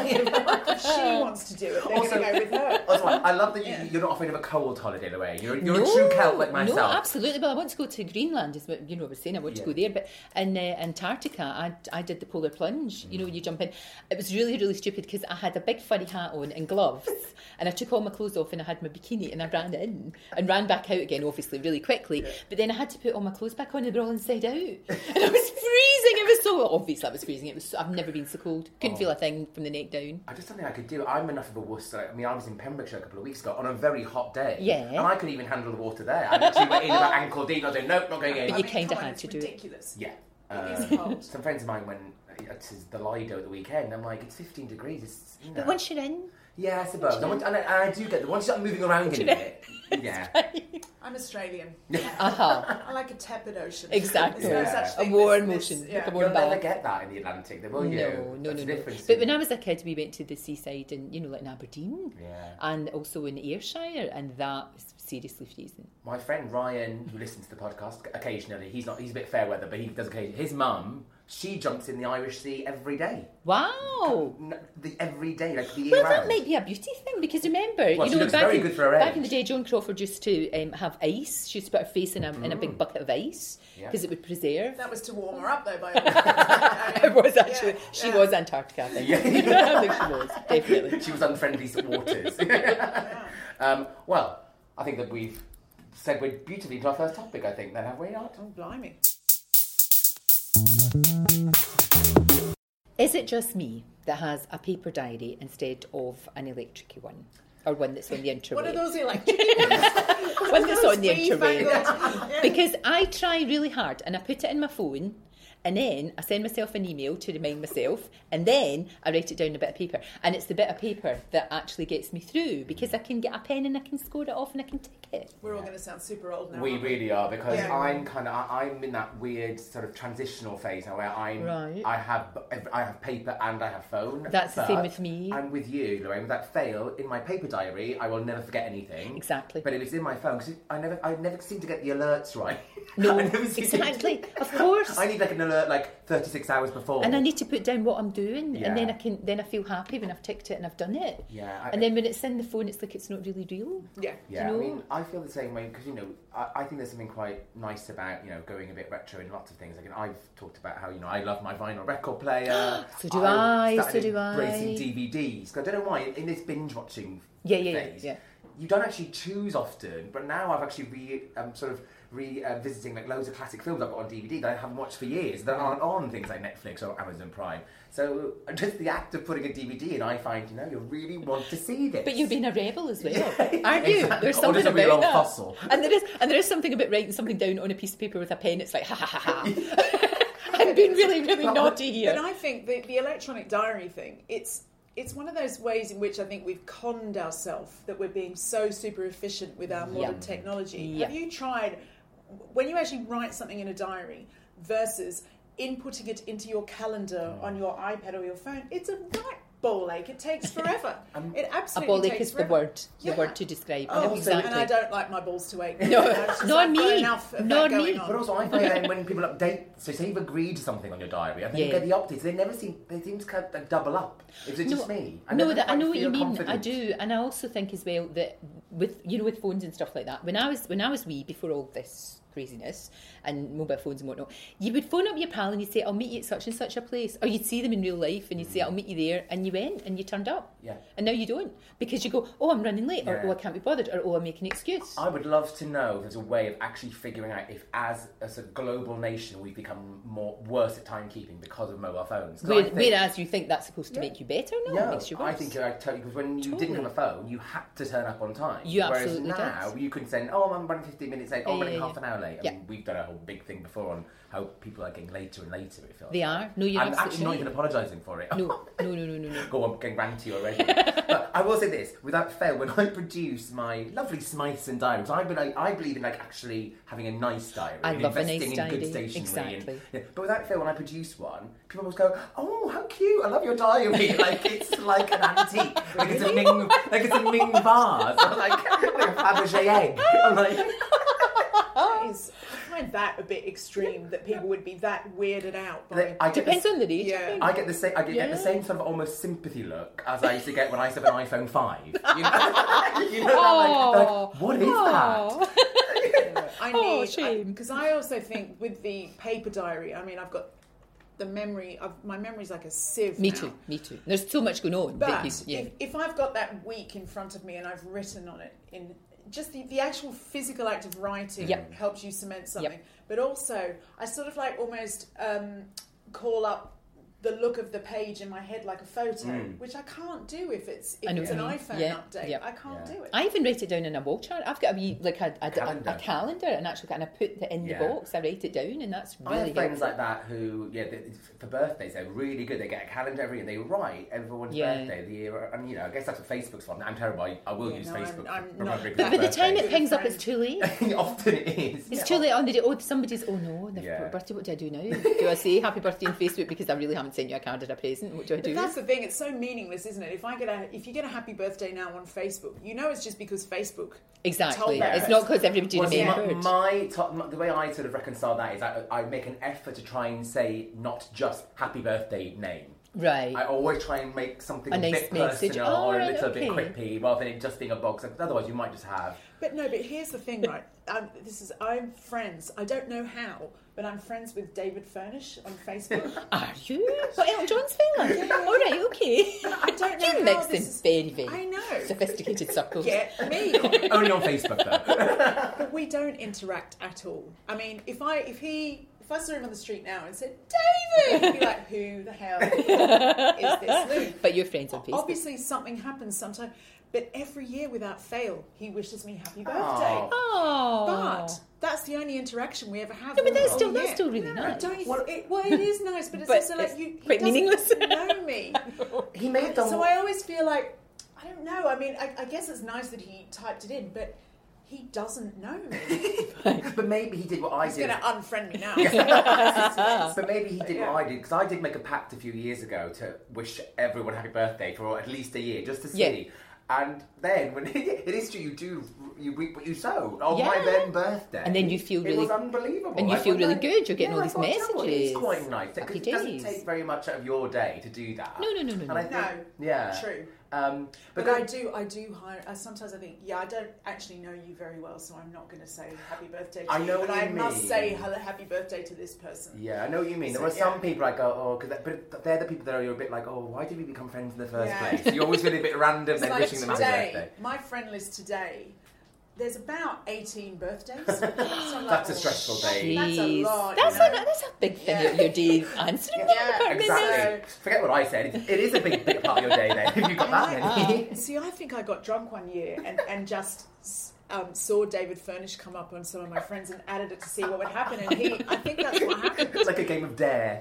[SPEAKER 1] if she wants to do it, they're
[SPEAKER 2] Also-
[SPEAKER 1] going to go with her.
[SPEAKER 2] Also, I love that you, you're not afraid of a cold holiday, in a way. You're, you're
[SPEAKER 3] no,
[SPEAKER 2] a true Celt like myself.
[SPEAKER 3] No, absolutely. Well, I want to go to Greenland. Is what you know. I was saying I want to go there, but in uh, Antarctica, I, I did the polar plunge. You know, you jump in. It was really really stupid because I had a big funny hat on and gloves, and I took all my clothes off and I had my bikini and I ran in and ran back out again, obviously really quickly. But then I had to put all my clothes back on and they were all inside out, and I was freezing. It was so obvious I was freezing. It was. so- I've never been so cold. Couldn't
[SPEAKER 2] Oh.
[SPEAKER 3] feel a thing from the neck down.
[SPEAKER 2] I just don't think I could do. it. I'm enough of a wuss. that I I mean, I was in Pembrokeshire a couple of weeks ago on a very hot day.
[SPEAKER 3] Yeah.
[SPEAKER 2] And I couldn't even handle the water there. I literally went in about ankle deep. and I was like, nope, not going in.
[SPEAKER 3] But
[SPEAKER 1] I
[SPEAKER 3] you
[SPEAKER 1] mean,
[SPEAKER 3] kinda
[SPEAKER 1] come on,
[SPEAKER 3] had
[SPEAKER 1] it's
[SPEAKER 3] to do it.
[SPEAKER 1] ridiculous.
[SPEAKER 2] yeah.
[SPEAKER 1] It
[SPEAKER 2] Uh,
[SPEAKER 1] is cold.
[SPEAKER 2] some friends of mine went uh, to the Lido at the weekend. I'm like, it's 15 degrees. It's, you know.
[SPEAKER 3] But once you're in,
[SPEAKER 2] yeah, I suppose. And, once- and I, and I do get the once you start moving around in it. Yeah.
[SPEAKER 1] I'm Australian.
[SPEAKER 3] aha.
[SPEAKER 1] I like a tepid ocean.
[SPEAKER 3] Uh-huh. Exactly.
[SPEAKER 1] There's no
[SPEAKER 2] Yeah.
[SPEAKER 1] such
[SPEAKER 3] A
[SPEAKER 1] thing.
[SPEAKER 3] warm
[SPEAKER 1] This- this-
[SPEAKER 3] ocean.
[SPEAKER 1] yeah.
[SPEAKER 3] Like a warm
[SPEAKER 2] You'll never
[SPEAKER 3] bath.
[SPEAKER 2] get that in the Atlantic, though, will you?
[SPEAKER 3] No, no,
[SPEAKER 2] That's
[SPEAKER 3] no,
[SPEAKER 2] the
[SPEAKER 3] no.
[SPEAKER 2] difference
[SPEAKER 3] But
[SPEAKER 2] in-
[SPEAKER 3] when I was a kid, we went to the seaside in, you know, like in Aberdeen,
[SPEAKER 2] Yeah.
[SPEAKER 3] and also in Ayrshire, and that was seriously freezing.
[SPEAKER 2] My friend Ryan, who listens to the podcast occasionally, he's not he's a bit fair weather, but he does occasionally. His mum, she jumps in the Irish Sea every day.
[SPEAKER 3] Wow.
[SPEAKER 2] N- The, every day, like the year
[SPEAKER 3] Well,
[SPEAKER 2] round.
[SPEAKER 3] that might be a beauty thing because remember,
[SPEAKER 2] Well,
[SPEAKER 3] you
[SPEAKER 2] she
[SPEAKER 3] know,
[SPEAKER 2] looks
[SPEAKER 3] back,
[SPEAKER 2] very
[SPEAKER 3] in,
[SPEAKER 2] good for her
[SPEAKER 3] back in the
[SPEAKER 2] age.
[SPEAKER 3] day, Joan Crawford used to um, have ice. She used to put her face in a, in a big bucket of ice
[SPEAKER 2] Mm. Yeah.
[SPEAKER 3] because it would preserve.
[SPEAKER 1] That was to warm her up, though, by all means.
[SPEAKER 3] It was actually,
[SPEAKER 1] Yeah,
[SPEAKER 3] she
[SPEAKER 1] yeah.
[SPEAKER 3] was Antarctica, I think.
[SPEAKER 2] Yeah.
[SPEAKER 3] I think she was, definitely.
[SPEAKER 2] she was unfriendly to waters. um, well, I think that we've segued beautifully into our first topic. I think then have we not?
[SPEAKER 1] Oh, blimey.
[SPEAKER 3] Is it just me that has a paper diary instead of an electric one? Or one that's on the internet?
[SPEAKER 1] What are those electric?
[SPEAKER 3] one that's on the
[SPEAKER 1] Fangled.
[SPEAKER 3] internet.
[SPEAKER 1] Yeah.
[SPEAKER 3] Because I try really hard and I put it in my phone and then I send myself an email to remind myself and then I write it down on a bit of paper. And it's the bit of paper that actually gets me through because I can get a pen and I can score it off and I can tick it.
[SPEAKER 1] We're all going to sound super old now.
[SPEAKER 2] We
[SPEAKER 3] Uh-huh.
[SPEAKER 1] aren't
[SPEAKER 2] really are because
[SPEAKER 1] Yeah.
[SPEAKER 2] I'm kind of I'm in that weird sort of transitional phase now where I'm
[SPEAKER 3] Right.
[SPEAKER 2] I have I have paper and I have phone.
[SPEAKER 3] That's the same
[SPEAKER 2] but
[SPEAKER 3] with me.
[SPEAKER 2] I'm with you, Lorraine. With that fail in my paper diary, I will never forget anything.
[SPEAKER 3] Exactly.
[SPEAKER 2] But it was in my phone because I never I never seem to get the alerts right.
[SPEAKER 3] No,
[SPEAKER 2] I never seem to-
[SPEAKER 3] exactly. Of course.
[SPEAKER 2] I need like an alert like 36 hours before.
[SPEAKER 3] and I need to put down what I'm doing, and then
[SPEAKER 2] Yeah.
[SPEAKER 3] I can then I feel happy when I've ticked it and I've done it.
[SPEAKER 2] Yeah, I-
[SPEAKER 3] and then when it's in the phone, it's like it's not really real.
[SPEAKER 1] we? Yeah.
[SPEAKER 2] Yeah,
[SPEAKER 3] you know?
[SPEAKER 2] I mean, I feel the same way because you know, I, I think there's something quite nice about you know going a bit retro in lots of things. Like, and I've talked about how you know I love my vinyl record player.
[SPEAKER 3] So do I, so
[SPEAKER 2] started
[SPEAKER 3] do I.
[SPEAKER 2] Embracing DVDs. 'Cause I don't know why in, in this binge watching.
[SPEAKER 3] Yeah, yeah, yeah,
[SPEAKER 2] phase,
[SPEAKER 3] yeah.
[SPEAKER 2] You don't actually choose often, but now I've actually re um, sort of revisiting like loads of classic films I've got on DVD that I haven't watched for years that aren't on things like Netflix or Amazon Prime. So just the act of putting a DVD in, I find you know you really want to see this.
[SPEAKER 3] But you've been a rebel as well, aren't you?
[SPEAKER 2] exactly.
[SPEAKER 3] There's
[SPEAKER 2] Or
[SPEAKER 3] something
[SPEAKER 2] just a real
[SPEAKER 3] about
[SPEAKER 2] old
[SPEAKER 3] that.
[SPEAKER 2] hustle.
[SPEAKER 3] And there is, and there is something about writing something down on a piece of paper with a pen. It's like ha ha ha ha. I've been really, really naughty here.
[SPEAKER 1] But I think the, the electronic diary thing, it's it's one of those ways in which I think we've conned ourselves that we're being so super efficient with our modern technology.
[SPEAKER 3] Yeah.
[SPEAKER 1] Have you tried when you actually write something in a diary versus inputting it into your calendar
[SPEAKER 3] Oh.
[SPEAKER 1] on your iPad or your phone? It's a right ball ache. It takes forever. it
[SPEAKER 3] Um, a
[SPEAKER 1] absolutely
[SPEAKER 3] ball ache
[SPEAKER 1] takes
[SPEAKER 3] is the
[SPEAKER 1] forever.
[SPEAKER 3] word,
[SPEAKER 1] Yeah.
[SPEAKER 3] the word to describe.
[SPEAKER 1] Oh,
[SPEAKER 3] exactly.
[SPEAKER 1] And I don't like my balls to ache.
[SPEAKER 3] No,
[SPEAKER 1] I've just-
[SPEAKER 3] nor
[SPEAKER 1] I've got
[SPEAKER 3] me.
[SPEAKER 1] enough of
[SPEAKER 3] Nor
[SPEAKER 1] that going
[SPEAKER 3] me.
[SPEAKER 1] on.
[SPEAKER 2] But also, I find that when people update, so say you've agreed to something on your diary, and then
[SPEAKER 3] Yeah.
[SPEAKER 2] you get the updates, they never seem, they seem to kind of like double up. Is it just me?
[SPEAKER 3] no,
[SPEAKER 2] never
[SPEAKER 3] that, I
[SPEAKER 2] quite
[SPEAKER 3] know what you
[SPEAKER 2] feel
[SPEAKER 3] mean. I
[SPEAKER 2] confident.
[SPEAKER 3] do, and I also think as well that with you know with phones and stuff like that. When I was when I was wee, before all this craziness and mobile phones and whatnot, you would phone up your pal and you'd say, "I'll meet you at such and such a place," or you'd see them in real life and you'd say, "I'll meet you there," and you went and you turned up.
[SPEAKER 2] Yeah.
[SPEAKER 3] And now you don't because you go, "Oh, I'm running late," or
[SPEAKER 2] Yeah.
[SPEAKER 3] "Oh, I can't be bothered," or "Oh, I'm making an excuse."
[SPEAKER 2] I would love to know if there's a way of actually figuring out if, as a sort of global nation, we've become more worse at timekeeping because of mobile phones. 'Cause I
[SPEAKER 3] Where,
[SPEAKER 2] think-
[SPEAKER 3] whereas you think that's supposed to make you better, no, it
[SPEAKER 2] No,
[SPEAKER 3] makes you worse.
[SPEAKER 2] I think you're right, totally because when you didn't have a phone, you had to turn up on time.
[SPEAKER 3] You
[SPEAKER 2] Whereas
[SPEAKER 3] absolutely
[SPEAKER 2] now
[SPEAKER 3] did.
[SPEAKER 2] you can send, oh, I'm running 15 minutes late, oh, I'm
[SPEAKER 3] yeah,
[SPEAKER 2] running
[SPEAKER 3] yeah.
[SPEAKER 2] half an hour ballet. I
[SPEAKER 3] Yeah.
[SPEAKER 2] mean, we've done a whole big thing before on how people are getting later and later. It feels.
[SPEAKER 3] They are. No, you're
[SPEAKER 2] I'm
[SPEAKER 3] absolutely
[SPEAKER 2] actually not
[SPEAKER 3] right.
[SPEAKER 2] even apologising for it.
[SPEAKER 3] No, no, no, no, no, no.
[SPEAKER 2] Go on, getting ranty already. but I will say this, without fail, when I produce my lovely Smiths and diaries, I, be- I, I believe in like actually having a nice diary.
[SPEAKER 3] I
[SPEAKER 2] and
[SPEAKER 3] love a
[SPEAKER 2] investing
[SPEAKER 3] nice
[SPEAKER 2] in good
[SPEAKER 3] diary,
[SPEAKER 2] stationery. and-
[SPEAKER 3] exactly.
[SPEAKER 2] yeah. But without fail, when I produce one, people always go, "Oh, how cute! I love your diary. Like it's like an antique. Like it's a Ming, like it's a Ming vase. I'm like, like a Fabergé egg. I'm like,
[SPEAKER 1] That is- I find that a bit extreme that people would be that weirded out by.
[SPEAKER 2] I get
[SPEAKER 3] Depends
[SPEAKER 2] this-
[SPEAKER 3] on the age.
[SPEAKER 1] Yeah.
[SPEAKER 3] I think.
[SPEAKER 2] I get the same. I get, get the
[SPEAKER 3] Yeah.
[SPEAKER 2] same sort of almost sympathy look as I used to get when I used to have an iPhone five. You know, you know they're like, they're like, what is that?
[SPEAKER 3] Oh.
[SPEAKER 1] I
[SPEAKER 3] Oh,
[SPEAKER 1] need
[SPEAKER 3] shame.
[SPEAKER 1] because I, also think with the paper diary. I mean, I've got the memory. of my memory's like a sieve.
[SPEAKER 3] Me
[SPEAKER 1] now.
[SPEAKER 3] too. Me too. There's too much going on. that
[SPEAKER 1] But
[SPEAKER 3] you- yeah.
[SPEAKER 1] if, if I've got that week in front of me and I've written on it in just the, the actual physical act of writing
[SPEAKER 3] Yep.
[SPEAKER 1] helps you cement something. But also, I sort of like almost um, call up the look of the page in my head like a photo, which I can't do if it's if
[SPEAKER 3] I know
[SPEAKER 1] it's
[SPEAKER 3] what
[SPEAKER 1] an
[SPEAKER 3] you mean.
[SPEAKER 1] iPhone
[SPEAKER 3] Yeah,
[SPEAKER 1] update.
[SPEAKER 3] yeah.
[SPEAKER 1] I can't do it.
[SPEAKER 3] I even write it down in a wall chart. I've got a wee like a, a, a-
[SPEAKER 2] Calendar.
[SPEAKER 3] a calendar, and actually, and I put it in
[SPEAKER 2] Yeah.
[SPEAKER 3] the box. I write it down, and that's
[SPEAKER 2] I
[SPEAKER 3] really
[SPEAKER 2] have friends
[SPEAKER 3] helpful.
[SPEAKER 2] like that who, yeah, they, for birthdays they're really good. They get a calendar every year. They write everyone's
[SPEAKER 3] Yeah.
[SPEAKER 2] birthday, the year, and you know, I guess that's what Facebook's for. I'm terrible. I, I will use
[SPEAKER 1] no, I'm-
[SPEAKER 2] Facebook.
[SPEAKER 1] I'm
[SPEAKER 2] for
[SPEAKER 1] not.
[SPEAKER 2] remembering
[SPEAKER 3] But by the
[SPEAKER 2] people's
[SPEAKER 3] time it
[SPEAKER 2] birthdays.
[SPEAKER 3] pings up, it's too late.
[SPEAKER 2] often it is.
[SPEAKER 3] It's too late on the day. Oh, somebody's. Oh no, their
[SPEAKER 2] Yeah.
[SPEAKER 3] birthday. What do I do now? Do I say happy birthday on Facebook because I really haven't sent you a card or a present? What do I do?
[SPEAKER 1] But that's the thing; it's so meaningless, isn't it? If I get a, if you get a happy birthday now on Facebook, you know it's just because Facebook.
[SPEAKER 3] exactly.
[SPEAKER 1] told them.
[SPEAKER 3] It's not because everybody
[SPEAKER 2] Well, see, my,
[SPEAKER 3] remembered.
[SPEAKER 2] my top, my- the way I sort of reconcile that is I, I make an effort to try and say not just happy birthday name.
[SPEAKER 3] right.
[SPEAKER 2] I always try and make something
[SPEAKER 3] A
[SPEAKER 2] a,
[SPEAKER 3] nice
[SPEAKER 2] bit
[SPEAKER 3] message.
[SPEAKER 2] personal
[SPEAKER 3] Oh,
[SPEAKER 2] or a
[SPEAKER 3] right,
[SPEAKER 2] little bit
[SPEAKER 3] okay.
[SPEAKER 2] quippy rather than it just being a box. Otherwise, you might just have.
[SPEAKER 1] But no, but here's the thing, right? Um, this is I'm friends. I don't know how, but I'm friends with David Furnish on Facebook.
[SPEAKER 3] Are you? What Elton John's fella? All right. Okay.
[SPEAKER 1] I don't know
[SPEAKER 3] You
[SPEAKER 1] how
[SPEAKER 3] mixed in
[SPEAKER 1] this is-
[SPEAKER 3] very, very
[SPEAKER 1] I know.
[SPEAKER 3] sophisticated circles.
[SPEAKER 1] Get me.
[SPEAKER 2] Only on Facebook, though.
[SPEAKER 1] but we don't interact at all. I mean, if I if he if I saw him on the street now and said David, he'd be like, who the hell is this Luke?
[SPEAKER 3] But you're friends on Facebook.
[SPEAKER 1] Obviously, something happens sometime. But every year, without fail, he wishes me happy birthday.
[SPEAKER 3] Oh.
[SPEAKER 1] But that's the only interaction we ever have.
[SPEAKER 3] No, but
[SPEAKER 1] all-
[SPEAKER 3] that's
[SPEAKER 1] all
[SPEAKER 3] still- that's
[SPEAKER 1] year.
[SPEAKER 3] still really
[SPEAKER 1] No,
[SPEAKER 3] nice.
[SPEAKER 1] Don't you,
[SPEAKER 2] Well-
[SPEAKER 1] it, well, it is nice, but it's
[SPEAKER 3] But
[SPEAKER 1] also like
[SPEAKER 3] it's
[SPEAKER 1] you he
[SPEAKER 3] quite
[SPEAKER 1] doesn't
[SPEAKER 3] meaningless.
[SPEAKER 1] know me,
[SPEAKER 2] He may have done.
[SPEAKER 1] so I always feel like I don't know. I mean, I, I guess it's nice that he typed it in, but he doesn't know me.
[SPEAKER 2] but maybe he did what I
[SPEAKER 1] He's
[SPEAKER 2] did.
[SPEAKER 1] going to unfriend me now.
[SPEAKER 2] But maybe he did what I did because I did make a pact a few years ago to wish everyone happy birthday for at least a year, just to see.
[SPEAKER 3] Yeah.
[SPEAKER 2] And then, when it is true, you do you reap what you sow on my
[SPEAKER 3] Yeah.
[SPEAKER 2] then birthday,
[SPEAKER 3] And then you feel
[SPEAKER 2] it
[SPEAKER 3] really-
[SPEAKER 2] was unbelievable,
[SPEAKER 3] and you
[SPEAKER 2] Like,
[SPEAKER 3] feel
[SPEAKER 2] when
[SPEAKER 3] really
[SPEAKER 2] I-
[SPEAKER 3] good, you're getting
[SPEAKER 2] yeah,
[SPEAKER 3] all
[SPEAKER 2] I
[SPEAKER 3] these
[SPEAKER 2] thought, "Do you know what, It's
[SPEAKER 3] messages."
[SPEAKER 2] quite nice because it
[SPEAKER 3] Happy
[SPEAKER 2] doesn't
[SPEAKER 3] days.
[SPEAKER 2] take very much out of your day to do that.
[SPEAKER 3] No, no, no, no,
[SPEAKER 2] And I
[SPEAKER 3] no.
[SPEAKER 2] think-
[SPEAKER 1] No.
[SPEAKER 2] yeah,
[SPEAKER 1] True.
[SPEAKER 2] Um,
[SPEAKER 1] But
[SPEAKER 2] then-
[SPEAKER 1] I do, I do hire. Uh, sometimes I think, yeah, I don't actually know you very well, so I'm not going to say happy birthday to
[SPEAKER 2] I
[SPEAKER 1] you.
[SPEAKER 2] know
[SPEAKER 1] but
[SPEAKER 2] what
[SPEAKER 1] I
[SPEAKER 2] you
[SPEAKER 1] must
[SPEAKER 2] mean.
[SPEAKER 1] say hello, happy birthday to this person.
[SPEAKER 2] Yeah, I know what you mean. There
[SPEAKER 1] So,
[SPEAKER 2] are some
[SPEAKER 1] yeah.
[SPEAKER 2] people I go, oh, cause, but they're the people that are you're a bit like, oh, why did we become friends in the first
[SPEAKER 1] Yeah.
[SPEAKER 2] place? You always feel a bit random
[SPEAKER 1] It's
[SPEAKER 2] then
[SPEAKER 1] like
[SPEAKER 2] wishing them happy
[SPEAKER 1] today,
[SPEAKER 2] birthday.
[SPEAKER 1] my friend list today. There's about 18 birthdays. So I'm like,
[SPEAKER 2] That's a
[SPEAKER 1] oh,
[SPEAKER 2] stressful
[SPEAKER 1] shit,
[SPEAKER 2] day.
[SPEAKER 1] That's a
[SPEAKER 3] Jeez.
[SPEAKER 1] lot.
[SPEAKER 3] That's,
[SPEAKER 1] you
[SPEAKER 3] a,
[SPEAKER 1] know?
[SPEAKER 3] that's a big
[SPEAKER 1] Yeah.
[SPEAKER 3] thing. Your, your day answering.
[SPEAKER 1] Yeah,
[SPEAKER 3] that.
[SPEAKER 2] Exactly. Forget what I said. It, it is a big, big part of your day then. If you've got that many.
[SPEAKER 1] "Oh, See, I think I got drunk one year and, and just um, saw David Furnish come up on some of my friends and added it to see what would happen. And he, I think that's what happened.
[SPEAKER 2] it's like a game of dare.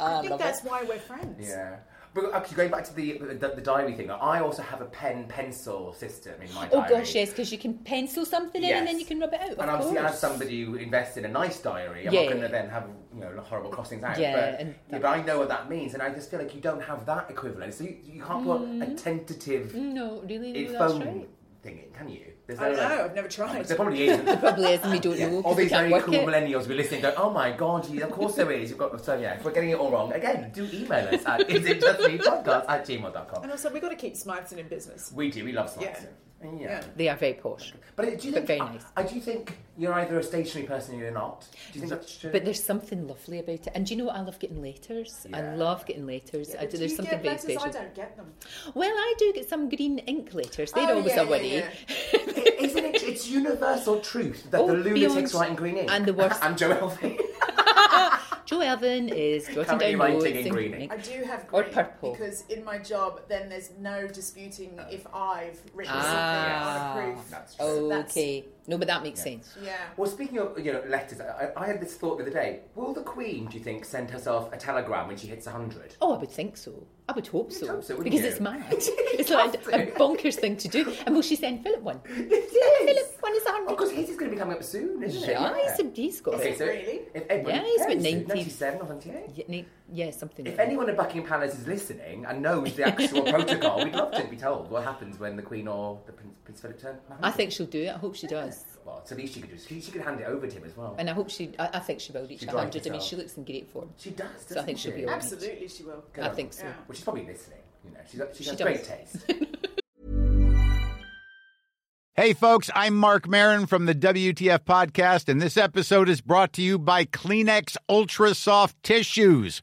[SPEAKER 1] I think that's why we're friends.
[SPEAKER 2] yeah. But actually, going back to the, the the diary thing, I also have a pen pencil system in my
[SPEAKER 3] Oh
[SPEAKER 2] diary.
[SPEAKER 3] gosh, yes, because you can pencil something in and then
[SPEAKER 2] Yes.
[SPEAKER 3] you can rub it out.
[SPEAKER 2] And
[SPEAKER 3] of
[SPEAKER 2] obviously,
[SPEAKER 3] course.
[SPEAKER 2] as somebody who invests in a nice diary, I'm
[SPEAKER 3] Yeah.
[SPEAKER 2] not going to then have you know horrible crossings out.
[SPEAKER 3] Yeah,
[SPEAKER 2] but,
[SPEAKER 3] and
[SPEAKER 2] yeah,
[SPEAKER 3] that-
[SPEAKER 2] but I know what that means, and I just feel like you don't have that equivalent. So you, you can't put a tentative
[SPEAKER 3] No, really, no, Mm. that's
[SPEAKER 2] phone
[SPEAKER 3] right.
[SPEAKER 2] thing in, can you? There's
[SPEAKER 1] I don't
[SPEAKER 2] no, like-
[SPEAKER 1] know. I've never tried.
[SPEAKER 2] There probably isn't.
[SPEAKER 3] Probably is, and we don't know. 'cause
[SPEAKER 2] All
[SPEAKER 3] we
[SPEAKER 2] these
[SPEAKER 3] can't
[SPEAKER 2] very
[SPEAKER 3] work
[SPEAKER 2] cool
[SPEAKER 3] it.
[SPEAKER 2] millennials who listen go, oh my god, yeah, of course there is. You've got so yeah, if we're getting it all wrong again, do email us at isitjustmepodcast at gmail.com.
[SPEAKER 1] And also, we've got to keep Smytheson in business.
[SPEAKER 2] We do, we love slicing. Yeah.
[SPEAKER 1] Yeah.
[SPEAKER 3] They are very posh.
[SPEAKER 2] But do you think
[SPEAKER 3] very nice.
[SPEAKER 2] I, I do think you're either a stationary person or you're not. Do you think that's true?
[SPEAKER 3] But there's something lovely about it. And do you know what? I love getting letters. I
[SPEAKER 2] Yeah.
[SPEAKER 3] love getting letters. I
[SPEAKER 1] But
[SPEAKER 3] do,
[SPEAKER 1] do
[SPEAKER 3] there's
[SPEAKER 1] you get
[SPEAKER 3] something very
[SPEAKER 1] letters?
[SPEAKER 3] special.
[SPEAKER 1] I don't get them.
[SPEAKER 3] Well, I do get some green ink letters. They're
[SPEAKER 1] Oh,
[SPEAKER 3] always
[SPEAKER 1] yeah,
[SPEAKER 3] a
[SPEAKER 1] yeah,
[SPEAKER 3] worry.
[SPEAKER 1] yeah.
[SPEAKER 2] Isn't it? It's universal truth that
[SPEAKER 3] Oh,
[SPEAKER 2] the lunatics
[SPEAKER 3] beyond-
[SPEAKER 2] write in green ink.
[SPEAKER 3] and the worst-
[SPEAKER 2] and Joe Elfie.
[SPEAKER 3] Joe Evan is jotting
[SPEAKER 2] Currently
[SPEAKER 3] down
[SPEAKER 2] writing
[SPEAKER 3] notes
[SPEAKER 2] in
[SPEAKER 3] and
[SPEAKER 2] green
[SPEAKER 3] ink.
[SPEAKER 2] ink.
[SPEAKER 1] I do have
[SPEAKER 3] Or
[SPEAKER 1] green
[SPEAKER 3] purple.
[SPEAKER 1] because in my job, then there's no disputing if I've written
[SPEAKER 2] Ah.
[SPEAKER 1] something on a proof.
[SPEAKER 2] That's true.
[SPEAKER 1] So that's-
[SPEAKER 3] Okay, No, but that makes sense.
[SPEAKER 1] Yeah.
[SPEAKER 2] Well, speaking of you know letters, I, I had this thought the other day. Will the Queen, do you think, send herself a telegram when she hits hundred?
[SPEAKER 3] Oh, I would think so. I would hope so.
[SPEAKER 2] hope so, wouldn't
[SPEAKER 3] because
[SPEAKER 2] you?
[SPEAKER 3] it's mad. it's like a, a bonkers thing to do. And will she send Philip one? Philip one is a hundred.
[SPEAKER 2] Because his is going to be coming up soon, isn't
[SPEAKER 3] yeah,
[SPEAKER 2] it?
[SPEAKER 3] he's a he's got
[SPEAKER 2] Oh, Okay,
[SPEAKER 3] it.
[SPEAKER 2] so
[SPEAKER 1] Really?
[SPEAKER 2] if everyone,
[SPEAKER 3] Yeah, he's about
[SPEAKER 2] very soon,
[SPEAKER 3] 90.
[SPEAKER 2] 97 or 98.
[SPEAKER 3] Yeah, ne- yeah, something.
[SPEAKER 2] If
[SPEAKER 3] like
[SPEAKER 2] anyone at Buckingham Palace is listening and knows the actual protocol, we'd love to be told what happens when the Queen or the Prince, Prince Philip turn.
[SPEAKER 3] that. I think she'll do it. I hope she does.
[SPEAKER 2] Well, it's at least she could do. She, she could hand it over to him as well.
[SPEAKER 3] And I hope she. I, I think she will reach
[SPEAKER 2] She
[SPEAKER 3] a
[SPEAKER 2] drives
[SPEAKER 3] hundred. I mean,
[SPEAKER 2] herself.
[SPEAKER 3] she looks in great form.
[SPEAKER 2] she does.
[SPEAKER 3] I
[SPEAKER 2] Doesn't
[SPEAKER 3] think
[SPEAKER 2] she?
[SPEAKER 3] she'll be all right.
[SPEAKER 1] Absolutely, she will.
[SPEAKER 2] Good.
[SPEAKER 3] I think so.
[SPEAKER 1] Yeah.
[SPEAKER 2] Well, she's probably listening. You know, she's got, she's
[SPEAKER 3] She
[SPEAKER 2] got
[SPEAKER 3] does.
[SPEAKER 2] great taste.
[SPEAKER 4] Hey, folks, I'm Mark Marin from the WTF Podcast, and this episode is brought to you by Kleenex Ultra Soft Tissues,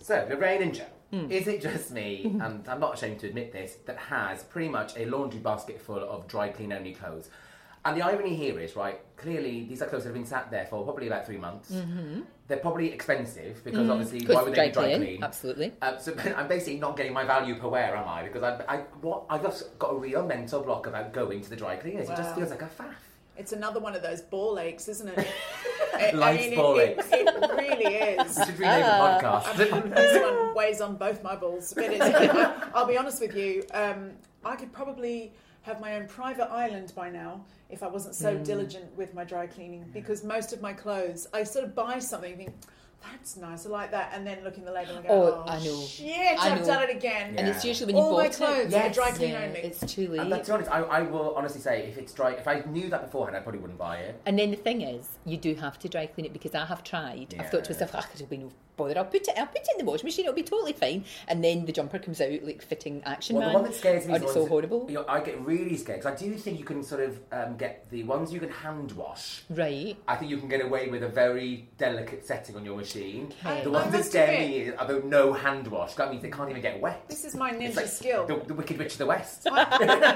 [SPEAKER 2] So, Lorraine and Joe,
[SPEAKER 3] Hmm.
[SPEAKER 2] is it just me, and I'm not ashamed to admit this, that has pretty much a laundry basket full of dry clean only clothes? And the irony here is, right, clearly these are clothes that have been sat there for probably about three months. They're probably expensive because obviously, why
[SPEAKER 3] Mm-hmm. Because
[SPEAKER 2] would
[SPEAKER 3] dry
[SPEAKER 2] they be dry
[SPEAKER 3] clean,
[SPEAKER 2] clean?
[SPEAKER 3] absolutely.
[SPEAKER 2] Uh, so I'm basically not getting my value per wear, am I? Because I, I, what, I've just got a real mental block about going to the dry cleaners. It just feels like a faff.
[SPEAKER 1] It's another one of those ball aches, isn't it? It-
[SPEAKER 2] Life's
[SPEAKER 1] it-
[SPEAKER 2] ball
[SPEAKER 1] it,
[SPEAKER 2] aches.
[SPEAKER 1] It, really is.
[SPEAKER 2] We should rename the podcast.
[SPEAKER 1] this one weighs on both my balls. But it's, I, will be honest with you, um, I could probably have my own private island by now if I wasn't so
[SPEAKER 3] Hmm.
[SPEAKER 1] diligent with my dry cleaning because most of my clothes, I sort of buy something and think, that's nice, I like that, and then look in the label and go,
[SPEAKER 3] Oh,
[SPEAKER 1] oh,
[SPEAKER 3] I know.
[SPEAKER 1] shit,
[SPEAKER 3] I
[SPEAKER 1] I've
[SPEAKER 3] know.
[SPEAKER 1] done it again.
[SPEAKER 3] And it's
[SPEAKER 2] Yeah.
[SPEAKER 3] usually when you
[SPEAKER 1] All
[SPEAKER 3] bought
[SPEAKER 1] my
[SPEAKER 3] it-
[SPEAKER 1] clean
[SPEAKER 3] Yes.
[SPEAKER 1] only.
[SPEAKER 3] Yeah, It's too late.
[SPEAKER 2] And that's to be honest, I, I will honestly say if it's dry, if I knew that beforehand, I probably wouldn't buy it.
[SPEAKER 3] And then the thing is, you do have to dry clean it because I have tried. I've thought to myself, ah, it'll be no bother. I'll put it. I'll put it in the washing machine. It'll be totally fine. And then the jumper comes out like fitting Action
[SPEAKER 2] Well,
[SPEAKER 3] Man.
[SPEAKER 2] the one that scares me
[SPEAKER 3] and
[SPEAKER 2] is
[SPEAKER 3] it's
[SPEAKER 2] the
[SPEAKER 3] so
[SPEAKER 2] ones that-
[SPEAKER 3] horrible.
[SPEAKER 2] You know, I get really scared because I do think you can sort of um, get the ones you can hand wash.
[SPEAKER 3] Right.
[SPEAKER 2] I think you can get away with a very delicate setting on your machine. The
[SPEAKER 1] I
[SPEAKER 2] ones that
[SPEAKER 1] must
[SPEAKER 2] scare
[SPEAKER 1] admit-
[SPEAKER 2] me is, are the no hand wash. That means they can't even get wet.
[SPEAKER 1] This is my ninja
[SPEAKER 2] It's like
[SPEAKER 1] skill.
[SPEAKER 2] The, the Wicked Witch of the West.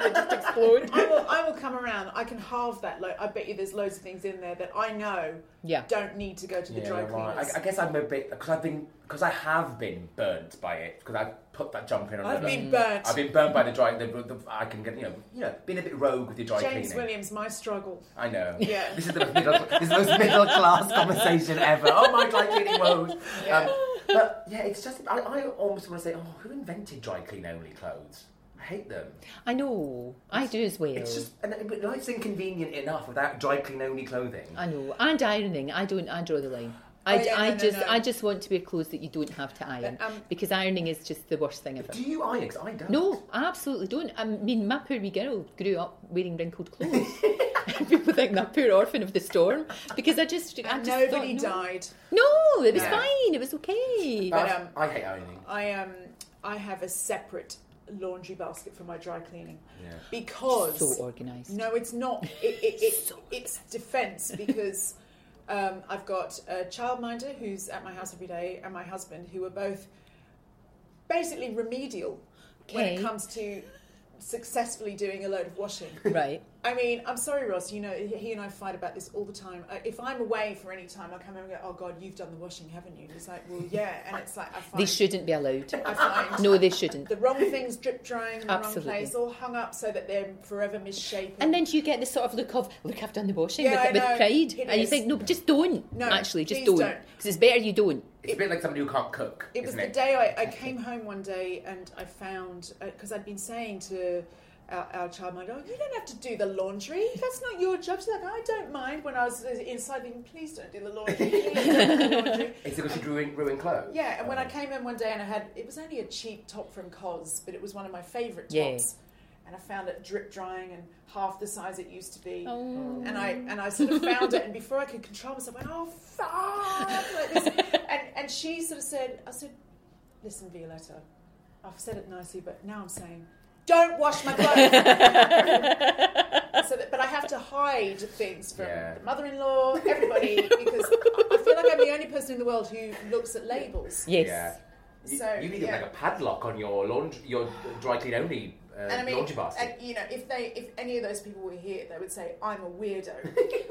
[SPEAKER 1] I will, I will come around. I can halve that load. I bet you there's loads of things in there that I know
[SPEAKER 3] Yeah.
[SPEAKER 1] don't need to go to the
[SPEAKER 2] Yeah,
[SPEAKER 1] dry
[SPEAKER 2] right.
[SPEAKER 1] cleaners.
[SPEAKER 2] I, I guess I'm a bit because I've been because I have been burnt by it because I put that jumper in on.
[SPEAKER 1] I've
[SPEAKER 2] the-
[SPEAKER 3] Mm.
[SPEAKER 1] been burnt.
[SPEAKER 2] I've been burnt by the dry. The, the, I can get you know you know being a bit rogue with your dry
[SPEAKER 1] James
[SPEAKER 2] cleaning.
[SPEAKER 1] Williams, my struggle.
[SPEAKER 2] I know.
[SPEAKER 1] Yeah.
[SPEAKER 2] This is the most middle, this is the most middle class conversation ever. Oh my dry cleaning woes. Um, but yeah, it's just I, I almost want to say, oh, who invented dry clean only clothes? I hate them.
[SPEAKER 3] I know. I do as well.
[SPEAKER 2] It's just and it- life's inconvenient enough without dry clean only clothing.
[SPEAKER 3] I know. And ironing. I don't. I draw the line. I,
[SPEAKER 1] Oh, yeah,
[SPEAKER 3] I
[SPEAKER 1] no, no,
[SPEAKER 3] just
[SPEAKER 1] no.
[SPEAKER 3] I just want to wear clothes that you don't have to iron
[SPEAKER 1] um,
[SPEAKER 3] because ironing is just the worst thing ever.
[SPEAKER 2] Do you iron? 'Cause I don't.
[SPEAKER 3] No, I absolutely don't. I mean, my poor wee girl grew up wearing wrinkled clothes. People think that poor orphan of the storm because I just, I just
[SPEAKER 1] Nobody
[SPEAKER 3] thought, no.
[SPEAKER 1] died.
[SPEAKER 3] No, it was
[SPEAKER 2] Yeah.
[SPEAKER 3] fine. It was okay.
[SPEAKER 2] But
[SPEAKER 1] um,
[SPEAKER 2] I hate ironing.
[SPEAKER 1] I um, I have a separate laundry basket for my dry cleaning because
[SPEAKER 3] so organised.
[SPEAKER 1] No, it's not. It, it, it, it's defence because um, I've got a childminder who's at my house every day and my husband who are both basically remedial when
[SPEAKER 3] Okay.
[SPEAKER 1] it comes to successfully doing a load of washing.
[SPEAKER 3] Right.
[SPEAKER 1] I mean, I'm sorry, Ross. You know, he and I fight about this all the time. Uh, If I'm away for any time, I come home and go, "Oh God, you've done the washing, haven't you?" And it's like, "Well, yeah," and it's like I find
[SPEAKER 3] They shouldn't be allowed.
[SPEAKER 1] I find
[SPEAKER 3] No, they shouldn't.
[SPEAKER 1] The wrong things drip drying in the wrong
[SPEAKER 3] Absolutely.
[SPEAKER 1] place, all hung up so that they're forever misshapen.
[SPEAKER 3] And then do you get this sort of look of, look, I've done the washing
[SPEAKER 1] Yeah, I
[SPEAKER 3] with,
[SPEAKER 1] know.
[SPEAKER 3] with pride.
[SPEAKER 1] It
[SPEAKER 3] and you
[SPEAKER 1] is.
[SPEAKER 3] think, no, but just don't.
[SPEAKER 1] No,
[SPEAKER 3] actually, just
[SPEAKER 1] please
[SPEAKER 3] don't.
[SPEAKER 1] don't.
[SPEAKER 3] Because it's better you don't.
[SPEAKER 2] It's a bit like somebody who can't cook.
[SPEAKER 1] It was
[SPEAKER 2] isn't
[SPEAKER 1] the
[SPEAKER 2] it?
[SPEAKER 1] day I, I came home one day and I found because I'd been saying to our, our child, "My oh, you don't have to do the laundry. That's not your job." She's like, "I don't mind." When I was inside, thinking, "Please don't do the laundry." Please don't do the laundry.
[SPEAKER 2] It's because you ruin, ruin clothes.
[SPEAKER 1] Yeah, and when I came in one day and I had it was only a cheap top from Cos, but it was one of my favourite
[SPEAKER 3] Yeah.
[SPEAKER 1] tops. And I found it drip drying and half the size it used to be. And I and I sort of found it and before I could control myself I went, Oh fuck like this. and and she sort of said I said, Listen, Violetta, I've said it nicely, but now I'm saying don't wash my clothes. so that, but I have to hide things from
[SPEAKER 2] Yeah.
[SPEAKER 1] the mother-in-law, everybody, because I I feel like I'm the only person in the world who looks at labels.
[SPEAKER 3] Yes.
[SPEAKER 2] Yeah. You,
[SPEAKER 1] So,
[SPEAKER 2] you need
[SPEAKER 1] yeah.
[SPEAKER 2] like a padlock on your laundry, your dry clean only uh,
[SPEAKER 1] And I mean,
[SPEAKER 2] laundry basket.
[SPEAKER 1] and, you know, if they, if any of those people were here, they would say, "I'm a weirdo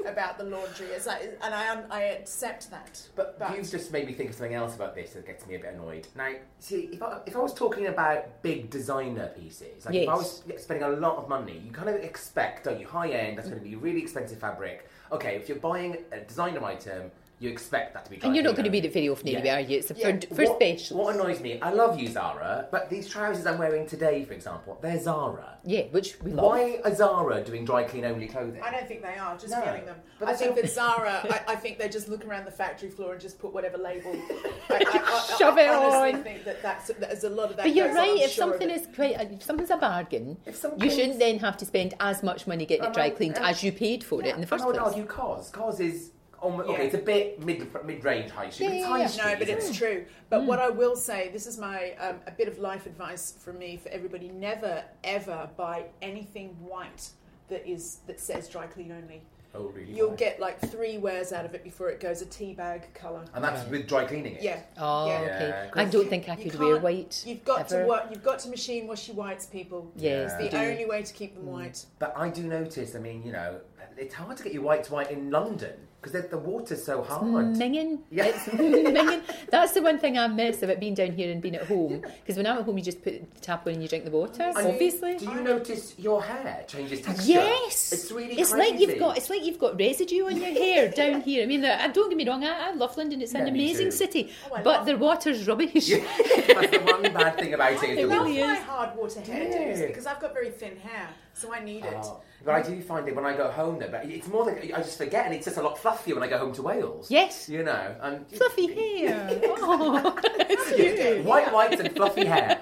[SPEAKER 1] about the laundry." It's like, and I, un- I accept that.
[SPEAKER 2] But, you've just made me think of something else about this that gets me a bit annoyed. Now, see, if I, if I was talking about big designer pieces, like if I was spending a lot of money, you kind of expect, don't you, high end, that's going to be really expensive fabric. Okay, if you're buying a designer item, you expect that to be.
[SPEAKER 3] And you're not
[SPEAKER 2] dry
[SPEAKER 3] going to be
[SPEAKER 2] clean
[SPEAKER 3] that very often
[SPEAKER 2] Yeah.
[SPEAKER 3] anyway, are you? It's a
[SPEAKER 1] Yeah.
[SPEAKER 3] for, for
[SPEAKER 2] what,
[SPEAKER 3] specials.
[SPEAKER 2] What annoys me, I love you, Zara, but these trousers I'm wearing today, for example, they're Zara.
[SPEAKER 3] yeah, which we love.
[SPEAKER 2] Why are Zara doing dry clean only clothing?
[SPEAKER 1] I don't think they are. Just
[SPEAKER 2] No.
[SPEAKER 1] feeling them.
[SPEAKER 2] But
[SPEAKER 1] I
[SPEAKER 2] that's
[SPEAKER 1] think
[SPEAKER 2] all-
[SPEAKER 1] that Zara. I, I think they just look around the factory floor and just put whatever label. I, I, I,
[SPEAKER 3] Shove
[SPEAKER 1] I,
[SPEAKER 3] it
[SPEAKER 1] honestly
[SPEAKER 3] on.
[SPEAKER 1] think that that's that is a lot of that.
[SPEAKER 3] But you're
[SPEAKER 1] goes on,
[SPEAKER 3] right.
[SPEAKER 1] I'm
[SPEAKER 3] If
[SPEAKER 1] sure of
[SPEAKER 3] something
[SPEAKER 1] it.
[SPEAKER 3] is quite, if something's a bargain,
[SPEAKER 2] If something
[SPEAKER 3] you
[SPEAKER 2] is-
[SPEAKER 3] shouldn't then have to spend as much money getting it dry
[SPEAKER 2] And I-
[SPEAKER 3] cleaned
[SPEAKER 2] and-
[SPEAKER 3] as you paid for it in
[SPEAKER 1] Oh,
[SPEAKER 3] the
[SPEAKER 2] and
[SPEAKER 3] first
[SPEAKER 2] I would
[SPEAKER 3] place.
[SPEAKER 2] argue cause. Cause is almost,
[SPEAKER 1] Yeah.
[SPEAKER 2] okay. It's a bit mid mid range high street. but it's
[SPEAKER 3] Oh,
[SPEAKER 2] high street.
[SPEAKER 1] No, but
[SPEAKER 2] isn't
[SPEAKER 1] it's
[SPEAKER 2] it?
[SPEAKER 1] true. But
[SPEAKER 3] Mm.
[SPEAKER 1] what I will say, this is my um, a bit of life advice from me for everybody: never ever buy anything white that is that says dry clean only.
[SPEAKER 2] Oh, really?
[SPEAKER 1] You'll
[SPEAKER 2] Why?
[SPEAKER 1] get like three wears out of it before it goes a tea bag colour.
[SPEAKER 2] and that's with dry cleaning it.
[SPEAKER 1] Yeah.
[SPEAKER 3] Oh,
[SPEAKER 1] yeah.
[SPEAKER 3] okay.
[SPEAKER 2] Yeah,
[SPEAKER 3] I don't think I
[SPEAKER 1] You
[SPEAKER 3] could wear
[SPEAKER 1] can't-
[SPEAKER 3] white.
[SPEAKER 1] You've got
[SPEAKER 3] ever.
[SPEAKER 1] to work, You've got to machine wash your whites, people.
[SPEAKER 3] Yes,
[SPEAKER 1] it's
[SPEAKER 3] they
[SPEAKER 1] the
[SPEAKER 3] do. Mm.
[SPEAKER 1] only way to keep them white.
[SPEAKER 2] But I do notice. I mean, you know, it's hard to get your whites white in London because the water's so hard.
[SPEAKER 3] Minging,
[SPEAKER 2] Yeah.
[SPEAKER 3] it's minging. That's the one thing I miss about being down here and being at home. Because when I'm at home, you just put the tap on and you drink the water.
[SPEAKER 2] And
[SPEAKER 3] Obviously,
[SPEAKER 2] Do you notice your hair changes texture?
[SPEAKER 3] Yes,
[SPEAKER 2] It's really
[SPEAKER 3] It's
[SPEAKER 2] crazy.
[SPEAKER 3] like you've got. It's like you've got residue on your hair down here. I mean, look, and don't get me wrong. I, I love London. It's an
[SPEAKER 2] Yeah, me
[SPEAKER 3] amazing
[SPEAKER 2] too.
[SPEAKER 3] city,
[SPEAKER 1] Oh, I
[SPEAKER 3] but
[SPEAKER 1] love-
[SPEAKER 3] the water's rubbish.
[SPEAKER 2] That's the one bad thing about it. Is the
[SPEAKER 3] really
[SPEAKER 2] water.
[SPEAKER 3] is.
[SPEAKER 1] My hard water hair
[SPEAKER 2] Yeah.
[SPEAKER 1] days because I've got very thin hair, so I need it.
[SPEAKER 2] Oh, But I do find it when I go home though. But it's more like I just forget, and it's just a lot fluffier when I go home to Wales.
[SPEAKER 3] Yes.
[SPEAKER 2] you know, and
[SPEAKER 3] Fluffy hair. Oh, it's cute.
[SPEAKER 2] White whites and fluffy hair.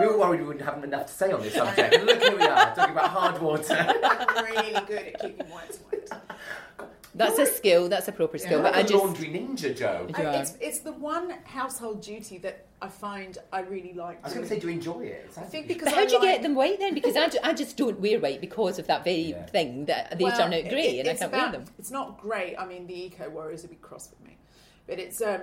[SPEAKER 2] We were worried we wouldn't have enough to say on this subject. And look here we are, talking about hard water.
[SPEAKER 1] I'm really good at keeping whites white.
[SPEAKER 3] That's a skill. That's a proper skill. But
[SPEAKER 2] Like
[SPEAKER 3] I
[SPEAKER 2] a
[SPEAKER 3] just
[SPEAKER 2] laundry ninja, Joe.
[SPEAKER 1] I-
[SPEAKER 3] Yeah.
[SPEAKER 1] it's, it's the one household duty that I find I really like.
[SPEAKER 2] I was going
[SPEAKER 1] doing.
[SPEAKER 2] to say, do you enjoy it? It's
[SPEAKER 1] I
[SPEAKER 2] like-
[SPEAKER 1] think because
[SPEAKER 3] But how
[SPEAKER 1] I
[SPEAKER 3] do you
[SPEAKER 1] like-
[SPEAKER 3] get them white then? Because I, ju- I just don't wear white because of that very
[SPEAKER 2] Yeah.
[SPEAKER 3] thing that they
[SPEAKER 1] Well,
[SPEAKER 3] turn out grey
[SPEAKER 1] it-
[SPEAKER 3] and I
[SPEAKER 1] it's
[SPEAKER 3] can't
[SPEAKER 1] about-
[SPEAKER 3] wear them.
[SPEAKER 1] It's not grey. I mean, the eco warriors would be cross with me, but it's um,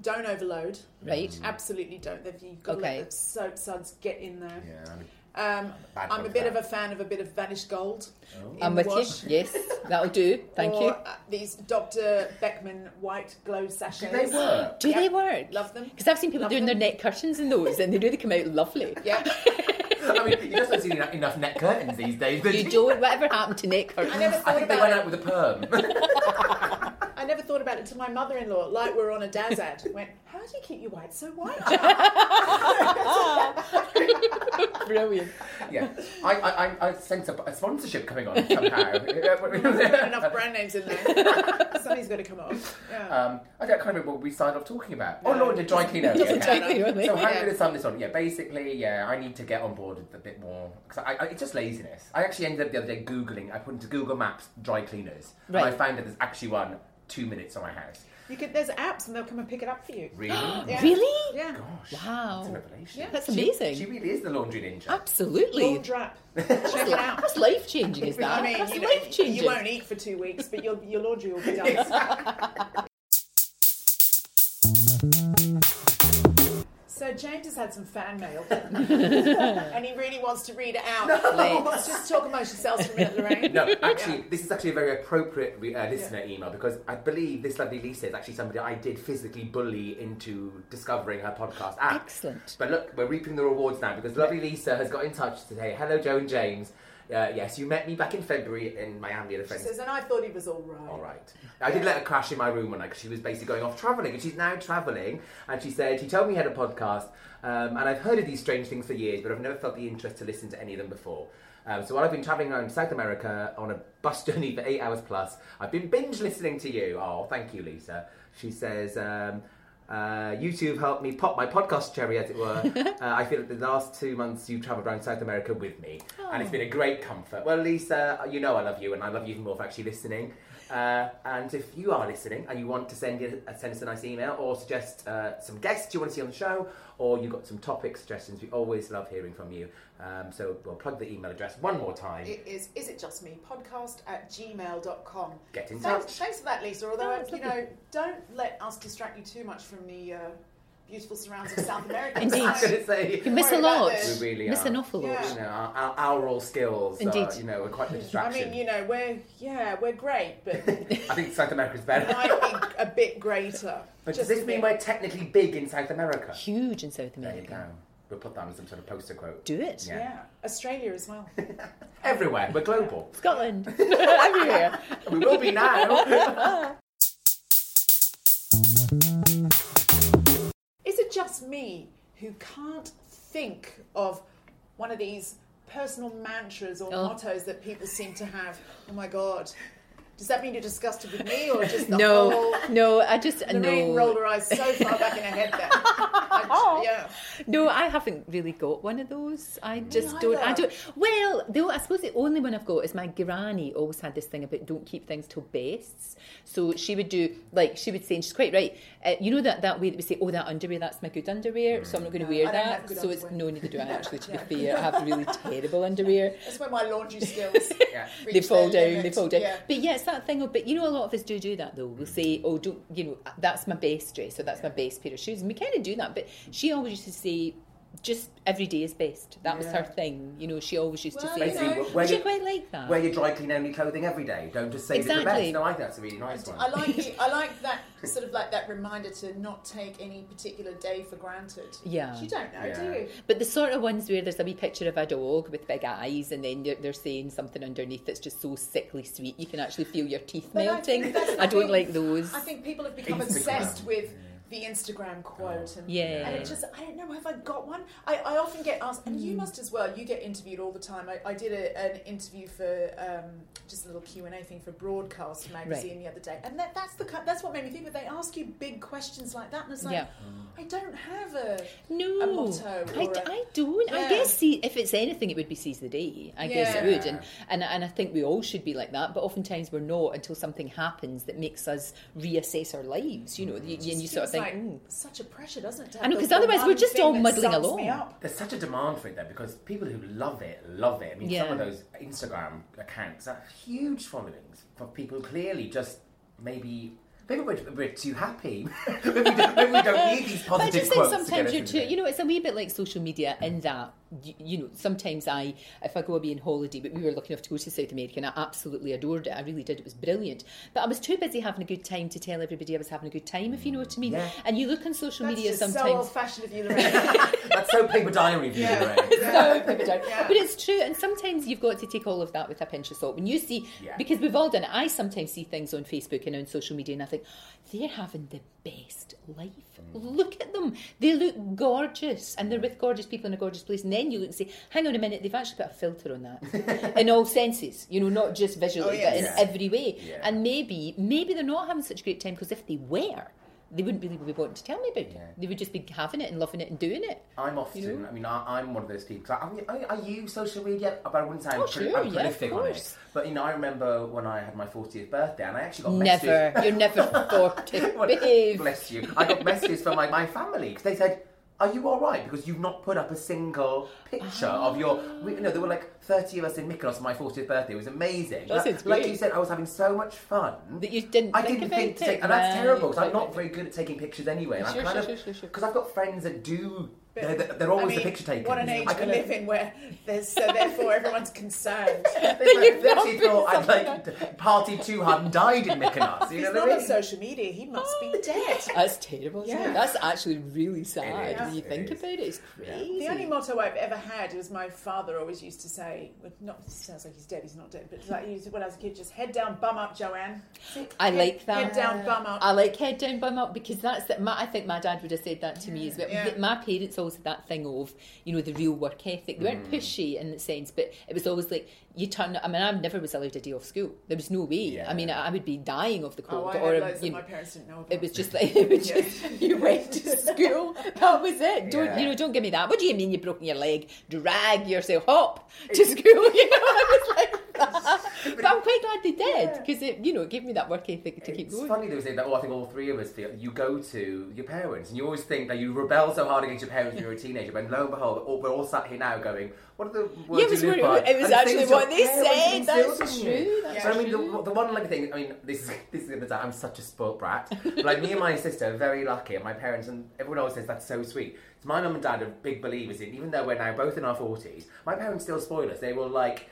[SPEAKER 1] don't overload.
[SPEAKER 3] Right.
[SPEAKER 2] Mm.
[SPEAKER 1] Absolutely don't. They've- You've got to
[SPEAKER 3] Okay.
[SPEAKER 1] let the soap suds get in there.
[SPEAKER 2] Yeah, I'm-
[SPEAKER 1] Um,
[SPEAKER 2] Bad
[SPEAKER 1] I'm a
[SPEAKER 2] for
[SPEAKER 1] bit
[SPEAKER 2] that. Oh.
[SPEAKER 1] of a fan of a bit of vanished gold. in
[SPEAKER 3] I'm
[SPEAKER 1] the
[SPEAKER 3] with
[SPEAKER 1] wash.
[SPEAKER 3] you. Yes, that'll do. Thank
[SPEAKER 1] or,
[SPEAKER 3] you.
[SPEAKER 1] uh, these Dr. Beckman white glow sachets.
[SPEAKER 2] they work?
[SPEAKER 3] Do they work?
[SPEAKER 1] Love them.
[SPEAKER 3] Because I've seen people
[SPEAKER 1] Love
[SPEAKER 3] doing
[SPEAKER 1] them.
[SPEAKER 3] their neck curtains in those and they really come out lovely.
[SPEAKER 1] Yeah.
[SPEAKER 2] I mean, you just don't see enough, enough net curtains these days. do
[SPEAKER 3] You don't, whatever happened to neck curtains?
[SPEAKER 1] I never
[SPEAKER 2] I
[SPEAKER 1] thought
[SPEAKER 2] think they
[SPEAKER 1] about
[SPEAKER 2] went
[SPEAKER 1] it.
[SPEAKER 2] out with a perm.
[SPEAKER 1] I never thought about it until my mother-in-law, like we're on a Daz ad, went, "How do you keep your white so white?" Jack?"
[SPEAKER 3] Brilliant.
[SPEAKER 2] yeah, I, I, I, I sense a, a sponsorship coming on somehow.
[SPEAKER 1] Not enough brand names in there. Something's got to come off. Yeah.
[SPEAKER 3] Uh,
[SPEAKER 2] Um, I don't kind of remember what we started off talking about. Oh, Lord, dry cleaner.
[SPEAKER 3] Just
[SPEAKER 2] Yeah,
[SPEAKER 3] a dry cleaner,
[SPEAKER 2] So how am
[SPEAKER 1] yeah.
[SPEAKER 2] going to sum this on? Yeah, basically, yeah, I need to get on board with a bit more because I, I, it's just laziness. I actually ended up the other day googling. I put into Google Maps dry cleaners,
[SPEAKER 3] Right.
[SPEAKER 2] and I found that there's actually one two minutes from my house.
[SPEAKER 1] You could, there's apps and they'll come and pick it up for you.
[SPEAKER 2] Really? Oh
[SPEAKER 1] Yeah.
[SPEAKER 3] Really?
[SPEAKER 1] Yeah.
[SPEAKER 2] Gosh,
[SPEAKER 3] Wow.
[SPEAKER 2] That's a revelation.
[SPEAKER 1] Yeah.
[SPEAKER 3] That's amazing.
[SPEAKER 2] She really is the laundry ninja.
[SPEAKER 3] Absolutely.
[SPEAKER 1] Gold drap. Check it out.
[SPEAKER 3] That's life changing, is that?
[SPEAKER 1] I mean,
[SPEAKER 3] That's
[SPEAKER 1] you, know,
[SPEAKER 3] life changing.
[SPEAKER 1] you won't eat for two weeks, but your, your laundry will be done. So, James has had some fan mail, and he really wants to read it out. Let's just talk amongst yourselves for a minute, Lorraine.
[SPEAKER 2] No, actually, this is actually a very appropriate re- uh, listener email because I believe this lovely Lisa is actually somebody I did physically bully into discovering her podcast app.
[SPEAKER 3] Excellent.
[SPEAKER 2] But look, we're reaping the rewards now because lovely Lisa has got in touch today. Hello, Joe and James. Uh, yes, you met me back in February in Miami at a
[SPEAKER 1] She
[SPEAKER 2] friend's.
[SPEAKER 1] says, and I thought he was all right.
[SPEAKER 2] All right. I did let her crash in my room one night because she was basically going off travelling, and she's now travelling. And she said she told me he had a podcast, um, and I've heard of these strange things for years, but I've never felt the interest to listen to any of them before. Um, so while I've been travelling around South America on a bus journey for eight hours plus, I've been binge listening to you. Oh, thank you, Lisa. She says. Um, uh, you two have helped me pop my podcast cherry, as it were. uh, I feel that the last two months you've travelled around South America with me, and
[SPEAKER 3] Oh.
[SPEAKER 2] it's been a great comfort. Well, Lisa, you know I love you, and I love you even more for actually listening. Uh, and if you are listening and you want to send, in, uh, send us a nice email or suggest uh, some guests you want to see on the show, or you've got some topic suggestions, we always love hearing from you. Um, so we'll plug the email address one more time.
[SPEAKER 1] It is is it just me podcast at gmail.com.
[SPEAKER 2] Get in
[SPEAKER 1] thanks,
[SPEAKER 2] touch.
[SPEAKER 1] Thanks for that, Lisa. Although, uh, you know, don't let us distract you too much from the uh, beautiful surrounds of South America.
[SPEAKER 3] Indeed.
[SPEAKER 2] I was going to say,
[SPEAKER 3] You miss a
[SPEAKER 1] Sorry about
[SPEAKER 3] lot.
[SPEAKER 1] this.
[SPEAKER 2] We really
[SPEAKER 3] miss
[SPEAKER 2] are.
[SPEAKER 3] an awful lot.
[SPEAKER 1] Yeah.
[SPEAKER 2] you know, our, our, our oral skills,
[SPEAKER 3] Indeed.
[SPEAKER 2] Are, you know, we're quite the
[SPEAKER 1] I
[SPEAKER 2] distraction.
[SPEAKER 1] mean, you know, we're yeah, we're great, but
[SPEAKER 2] I think South America's better.
[SPEAKER 1] might be a bit greater.
[SPEAKER 2] But
[SPEAKER 1] Just
[SPEAKER 2] does
[SPEAKER 1] a
[SPEAKER 2] this mean
[SPEAKER 1] bit.
[SPEAKER 2] we're technically big in South America?
[SPEAKER 3] Huge in South
[SPEAKER 2] There you
[SPEAKER 3] America.
[SPEAKER 2] go. We'll put that on some sort of poster quote.
[SPEAKER 3] Do it.
[SPEAKER 2] Yeah.
[SPEAKER 1] Yeah, Australia as well.
[SPEAKER 2] Everywhere. We're global.
[SPEAKER 3] Scotland. Everywhere.
[SPEAKER 2] we will be now.
[SPEAKER 1] Is it just me who can't think of one of these personal mantras or
[SPEAKER 3] Oh.
[SPEAKER 1] mottos that people seem to have? Oh my god. Does that mean you're disgusted with me or just the
[SPEAKER 3] No,
[SPEAKER 1] whole
[SPEAKER 3] no, I just
[SPEAKER 1] Lorraine
[SPEAKER 3] no.
[SPEAKER 1] rolled her eyes so far back in her head then. I, yeah.
[SPEAKER 3] No, I haven't really got one of those. I just
[SPEAKER 1] neither.
[SPEAKER 3] don't. I don't. Well, though, I suppose the only one I've got is my granny always had this thing about don't keep things till bests. So she would do like she would say, and she's quite right. Uh, you know that that way that we say, oh, that underwear, that's my good underwear, so I'm not going to wear
[SPEAKER 1] I don't
[SPEAKER 3] that.
[SPEAKER 1] have good
[SPEAKER 3] so it's
[SPEAKER 1] underwear.
[SPEAKER 3] no, neither do I actually. To be fair, I have really terrible underwear.
[SPEAKER 1] That's where my laundry skills
[SPEAKER 2] Yeah.
[SPEAKER 1] reach
[SPEAKER 3] They fall
[SPEAKER 1] their
[SPEAKER 3] down, they
[SPEAKER 1] limit.
[SPEAKER 3] fall down.
[SPEAKER 1] Yeah.
[SPEAKER 3] But yeah, it's that thing of, but you know, a lot of us do do that though. We'll say, oh, don't, you know, that's my best dress or that's my best pair of shoes. And we kind of do that. But she always used to say, just every day is best. That was her thing. You know, she always used
[SPEAKER 1] Well,
[SPEAKER 3] to say
[SPEAKER 1] you
[SPEAKER 3] that.
[SPEAKER 1] know,
[SPEAKER 2] Basically, where
[SPEAKER 3] Which I
[SPEAKER 2] you-
[SPEAKER 3] quite like that.
[SPEAKER 2] Wear your dry clean only clothing every day. Don't just save it for the
[SPEAKER 3] Exactly.
[SPEAKER 2] best. No, I think that's a really nice one.
[SPEAKER 1] I like the, I like that sort of like that reminder to not take any particular day for granted.
[SPEAKER 3] Yeah.
[SPEAKER 1] You don't know, do
[SPEAKER 2] Yeah.
[SPEAKER 1] you?
[SPEAKER 3] But the sort of ones where there's a wee picture of a dog with big eyes and then they're, they're saying something underneath that's just so sickly sweet, you can actually feel your teeth
[SPEAKER 1] But I
[SPEAKER 3] melting.
[SPEAKER 1] think that's the
[SPEAKER 3] I, don't
[SPEAKER 1] thing.
[SPEAKER 3] like those.
[SPEAKER 1] I think people have become
[SPEAKER 2] Instagram.
[SPEAKER 1] obsessed with the Instagram quote, and,
[SPEAKER 3] Yeah.
[SPEAKER 1] and it just I don't know. Have I got one? I, I often get asked, and
[SPEAKER 3] Hmm.
[SPEAKER 1] you must as well. You get interviewed all the time. I, I did a, an interview for um, just a little Q and A thing for Broadcast magazine the other day, and that, that's the ki- that's what made me think. But they ask you big questions like that, and it's like
[SPEAKER 3] Yeah.
[SPEAKER 1] I don't have a
[SPEAKER 3] No,
[SPEAKER 1] a motto.
[SPEAKER 3] I,
[SPEAKER 1] or
[SPEAKER 3] d-
[SPEAKER 1] a-
[SPEAKER 3] I don't.
[SPEAKER 1] Yeah.
[SPEAKER 3] I guess see if it's anything, it would be seize the day. I guess it
[SPEAKER 1] Yeah.
[SPEAKER 3] would, and, and and I think we all should be like that. But oftentimes we're not until something happens that makes us reassess our lives. You know, you, and you sort of
[SPEAKER 1] Mm. Seems
[SPEAKER 3] think, "Mm."
[SPEAKER 1] like
[SPEAKER 3] "Ooh."
[SPEAKER 1] such a pressure, doesn't it? to
[SPEAKER 3] I
[SPEAKER 1] have
[SPEAKER 3] know,
[SPEAKER 1] the-
[SPEAKER 3] 'cause
[SPEAKER 1] the
[SPEAKER 3] otherwise we're
[SPEAKER 1] one
[SPEAKER 3] just
[SPEAKER 1] thing
[SPEAKER 3] all
[SPEAKER 1] that
[SPEAKER 3] muddling
[SPEAKER 1] sums me
[SPEAKER 3] along.
[SPEAKER 1] up.
[SPEAKER 2] There's such a demand for it though, because people who love it love it. I mean, some
[SPEAKER 3] Yeah.
[SPEAKER 2] of those Instagram accounts are huge followings for people clearly just maybe. Maybe we're, we're too happy. maybe, we don't, maybe we don't need these
[SPEAKER 3] But I
[SPEAKER 2] positive
[SPEAKER 3] just think
[SPEAKER 2] quotes to get
[SPEAKER 3] sometimes
[SPEAKER 2] us
[SPEAKER 3] you're
[SPEAKER 2] into
[SPEAKER 3] too,
[SPEAKER 2] it.
[SPEAKER 3] you know, it's a wee bit like social media in that, you, you know, sometimes I, if I go away on holiday, but we were lucky enough to go to South America and I absolutely adored it. I really did. It was brilliant. But I was too busy having a good time to tell everybody I was having a good time, if you know what I mean.
[SPEAKER 2] Yeah.
[SPEAKER 3] And you look on social
[SPEAKER 1] That's
[SPEAKER 3] media
[SPEAKER 1] just so
[SPEAKER 3] sometimes.
[SPEAKER 1] old-fashioned of you, Lorraine.
[SPEAKER 2] That's so paper diary view,
[SPEAKER 1] Yeah.
[SPEAKER 2] right?
[SPEAKER 3] But it's true, and sometimes you've got to take all of that with a pinch of salt. When you see,
[SPEAKER 2] Yeah.
[SPEAKER 3] because we've all done it, I sometimes see things on Facebook and on social media, and I think they're having the best life.
[SPEAKER 2] Mm.
[SPEAKER 3] Look at them; they look gorgeous, and they're with gorgeous people in a gorgeous place. And then you look and say, "Hang on a minute, they've actually put a filter on that in all senses. You know, not just visually,
[SPEAKER 1] yes.
[SPEAKER 3] but in
[SPEAKER 2] Oh, Yeah.
[SPEAKER 3] every way.
[SPEAKER 2] Yeah.
[SPEAKER 3] And maybe, maybe they're not having such a great time because if they were." They wouldn't really be wanting to tell me about it. They would just be having it and loving it and doing it.
[SPEAKER 2] I'm often, I mean, I, I'm one of those people. 'cause I, I, I use social media, but I wouldn't say I'm,
[SPEAKER 3] Oh,
[SPEAKER 2] pro-
[SPEAKER 3] sure,
[SPEAKER 2] I'm
[SPEAKER 3] yeah, of
[SPEAKER 2] prolific on it.
[SPEAKER 3] course.
[SPEAKER 2] But, you know, I remember when I had my 40th birthday and I actually got
[SPEAKER 3] Never.
[SPEAKER 2] messages.
[SPEAKER 3] You're never 40.
[SPEAKER 2] Well,
[SPEAKER 3] Behave.
[SPEAKER 2] Bless you. I got messages from my, my family because they said, are you all right? Because you've not put up a single picture of your. We, you know, there were like 30 of us in Mykonos on my 40th birthday. It was amazing.
[SPEAKER 3] That
[SPEAKER 2] like,
[SPEAKER 3] sounds
[SPEAKER 2] like
[SPEAKER 3] great.
[SPEAKER 2] you said, I was having so much fun.
[SPEAKER 3] That you didn't
[SPEAKER 2] I
[SPEAKER 3] think
[SPEAKER 2] didn't
[SPEAKER 3] about
[SPEAKER 2] think to
[SPEAKER 3] it.
[SPEAKER 2] take. And that's
[SPEAKER 3] No,
[SPEAKER 2] terrible because
[SPEAKER 3] you're
[SPEAKER 2] I'm
[SPEAKER 3] quite
[SPEAKER 2] not
[SPEAKER 3] right.
[SPEAKER 2] very good at taking pictures anyway. And
[SPEAKER 3] Sure,
[SPEAKER 2] I kind
[SPEAKER 3] sure,
[SPEAKER 2] of.
[SPEAKER 3] sure, sure, sure.
[SPEAKER 2] Because I've got friends that do
[SPEAKER 1] But,
[SPEAKER 2] They're- they're- they're always
[SPEAKER 1] I
[SPEAKER 2] the
[SPEAKER 1] mean,
[SPEAKER 2] picture takers.
[SPEAKER 1] What an age
[SPEAKER 2] I
[SPEAKER 1] we
[SPEAKER 2] can-
[SPEAKER 1] live in where there's so therefore everyone's concerned.
[SPEAKER 2] They, they actually thought I'd like party too hard and died in Mykonos. You
[SPEAKER 1] He's
[SPEAKER 2] know
[SPEAKER 1] not
[SPEAKER 2] what I
[SPEAKER 1] on
[SPEAKER 2] mean?
[SPEAKER 1] social media. He must
[SPEAKER 2] Oh,
[SPEAKER 1] be dead.
[SPEAKER 3] That's terrible. Isn't
[SPEAKER 1] Yeah.
[SPEAKER 3] it? That's actually really sad
[SPEAKER 2] is,
[SPEAKER 3] when you
[SPEAKER 2] it
[SPEAKER 3] think
[SPEAKER 2] is.
[SPEAKER 3] about it. It's crazy.
[SPEAKER 1] The only motto I've ever had was my father always used to say, well, not it sounds like he's dead, he's not dead, but it's like he used to, when I was a kid, just head down, bum up, Joanne.
[SPEAKER 3] I
[SPEAKER 1] Head-
[SPEAKER 3] like that.
[SPEAKER 1] Head down, bum up.
[SPEAKER 3] I like head down, bum up because that's that. My, I think my dad would have said that to me as well.
[SPEAKER 1] Yeah.
[SPEAKER 3] My parents always had that thing of you know the real work ethic. They
[SPEAKER 1] Mm.
[SPEAKER 3] weren't pushy in that sense, but it was always like you turn. I mean, I never was allowed a day off school. There was no way. I mean, I, I would be dying of the cold.
[SPEAKER 1] oh, I
[SPEAKER 3] or
[SPEAKER 1] had loads
[SPEAKER 3] you
[SPEAKER 1] that my
[SPEAKER 3] know,
[SPEAKER 1] parents didn't know about.
[SPEAKER 3] It was just like it was just, you went to school. That was it. Don't you know? Don't give me that. What do you mean you've broken your leg? Drag yourself up to school. You know, I was like, that. but I'm quite glad they did because it, you know, it gave me that work ethic to keep
[SPEAKER 2] It's
[SPEAKER 3] going.
[SPEAKER 2] funny they were saying that. Oh, I think all three of us feel you go to your parents, and you always think that you rebel so hard against your parents when you're a teenager. But lo and behold, all, we're all sat here now going, "What are the words
[SPEAKER 3] Yeah, it was,
[SPEAKER 2] you live
[SPEAKER 3] what-
[SPEAKER 2] by?"
[SPEAKER 3] it was
[SPEAKER 2] And
[SPEAKER 3] actually
[SPEAKER 2] things your
[SPEAKER 3] what they
[SPEAKER 2] parents
[SPEAKER 3] said.
[SPEAKER 2] instilled
[SPEAKER 3] That's
[SPEAKER 2] in you.
[SPEAKER 3] true, that's
[SPEAKER 2] so I mean,
[SPEAKER 3] true.
[SPEAKER 2] the, the one lucky thing. I mean, this is this is gonna sound. I'm such a spoilt brat. But, like me and my sister are very lucky, and my parents and everyone always says that's so sweet. So My mum and dad are big believers in, even though we're now both in our forties, my parents still spoil us. They will like.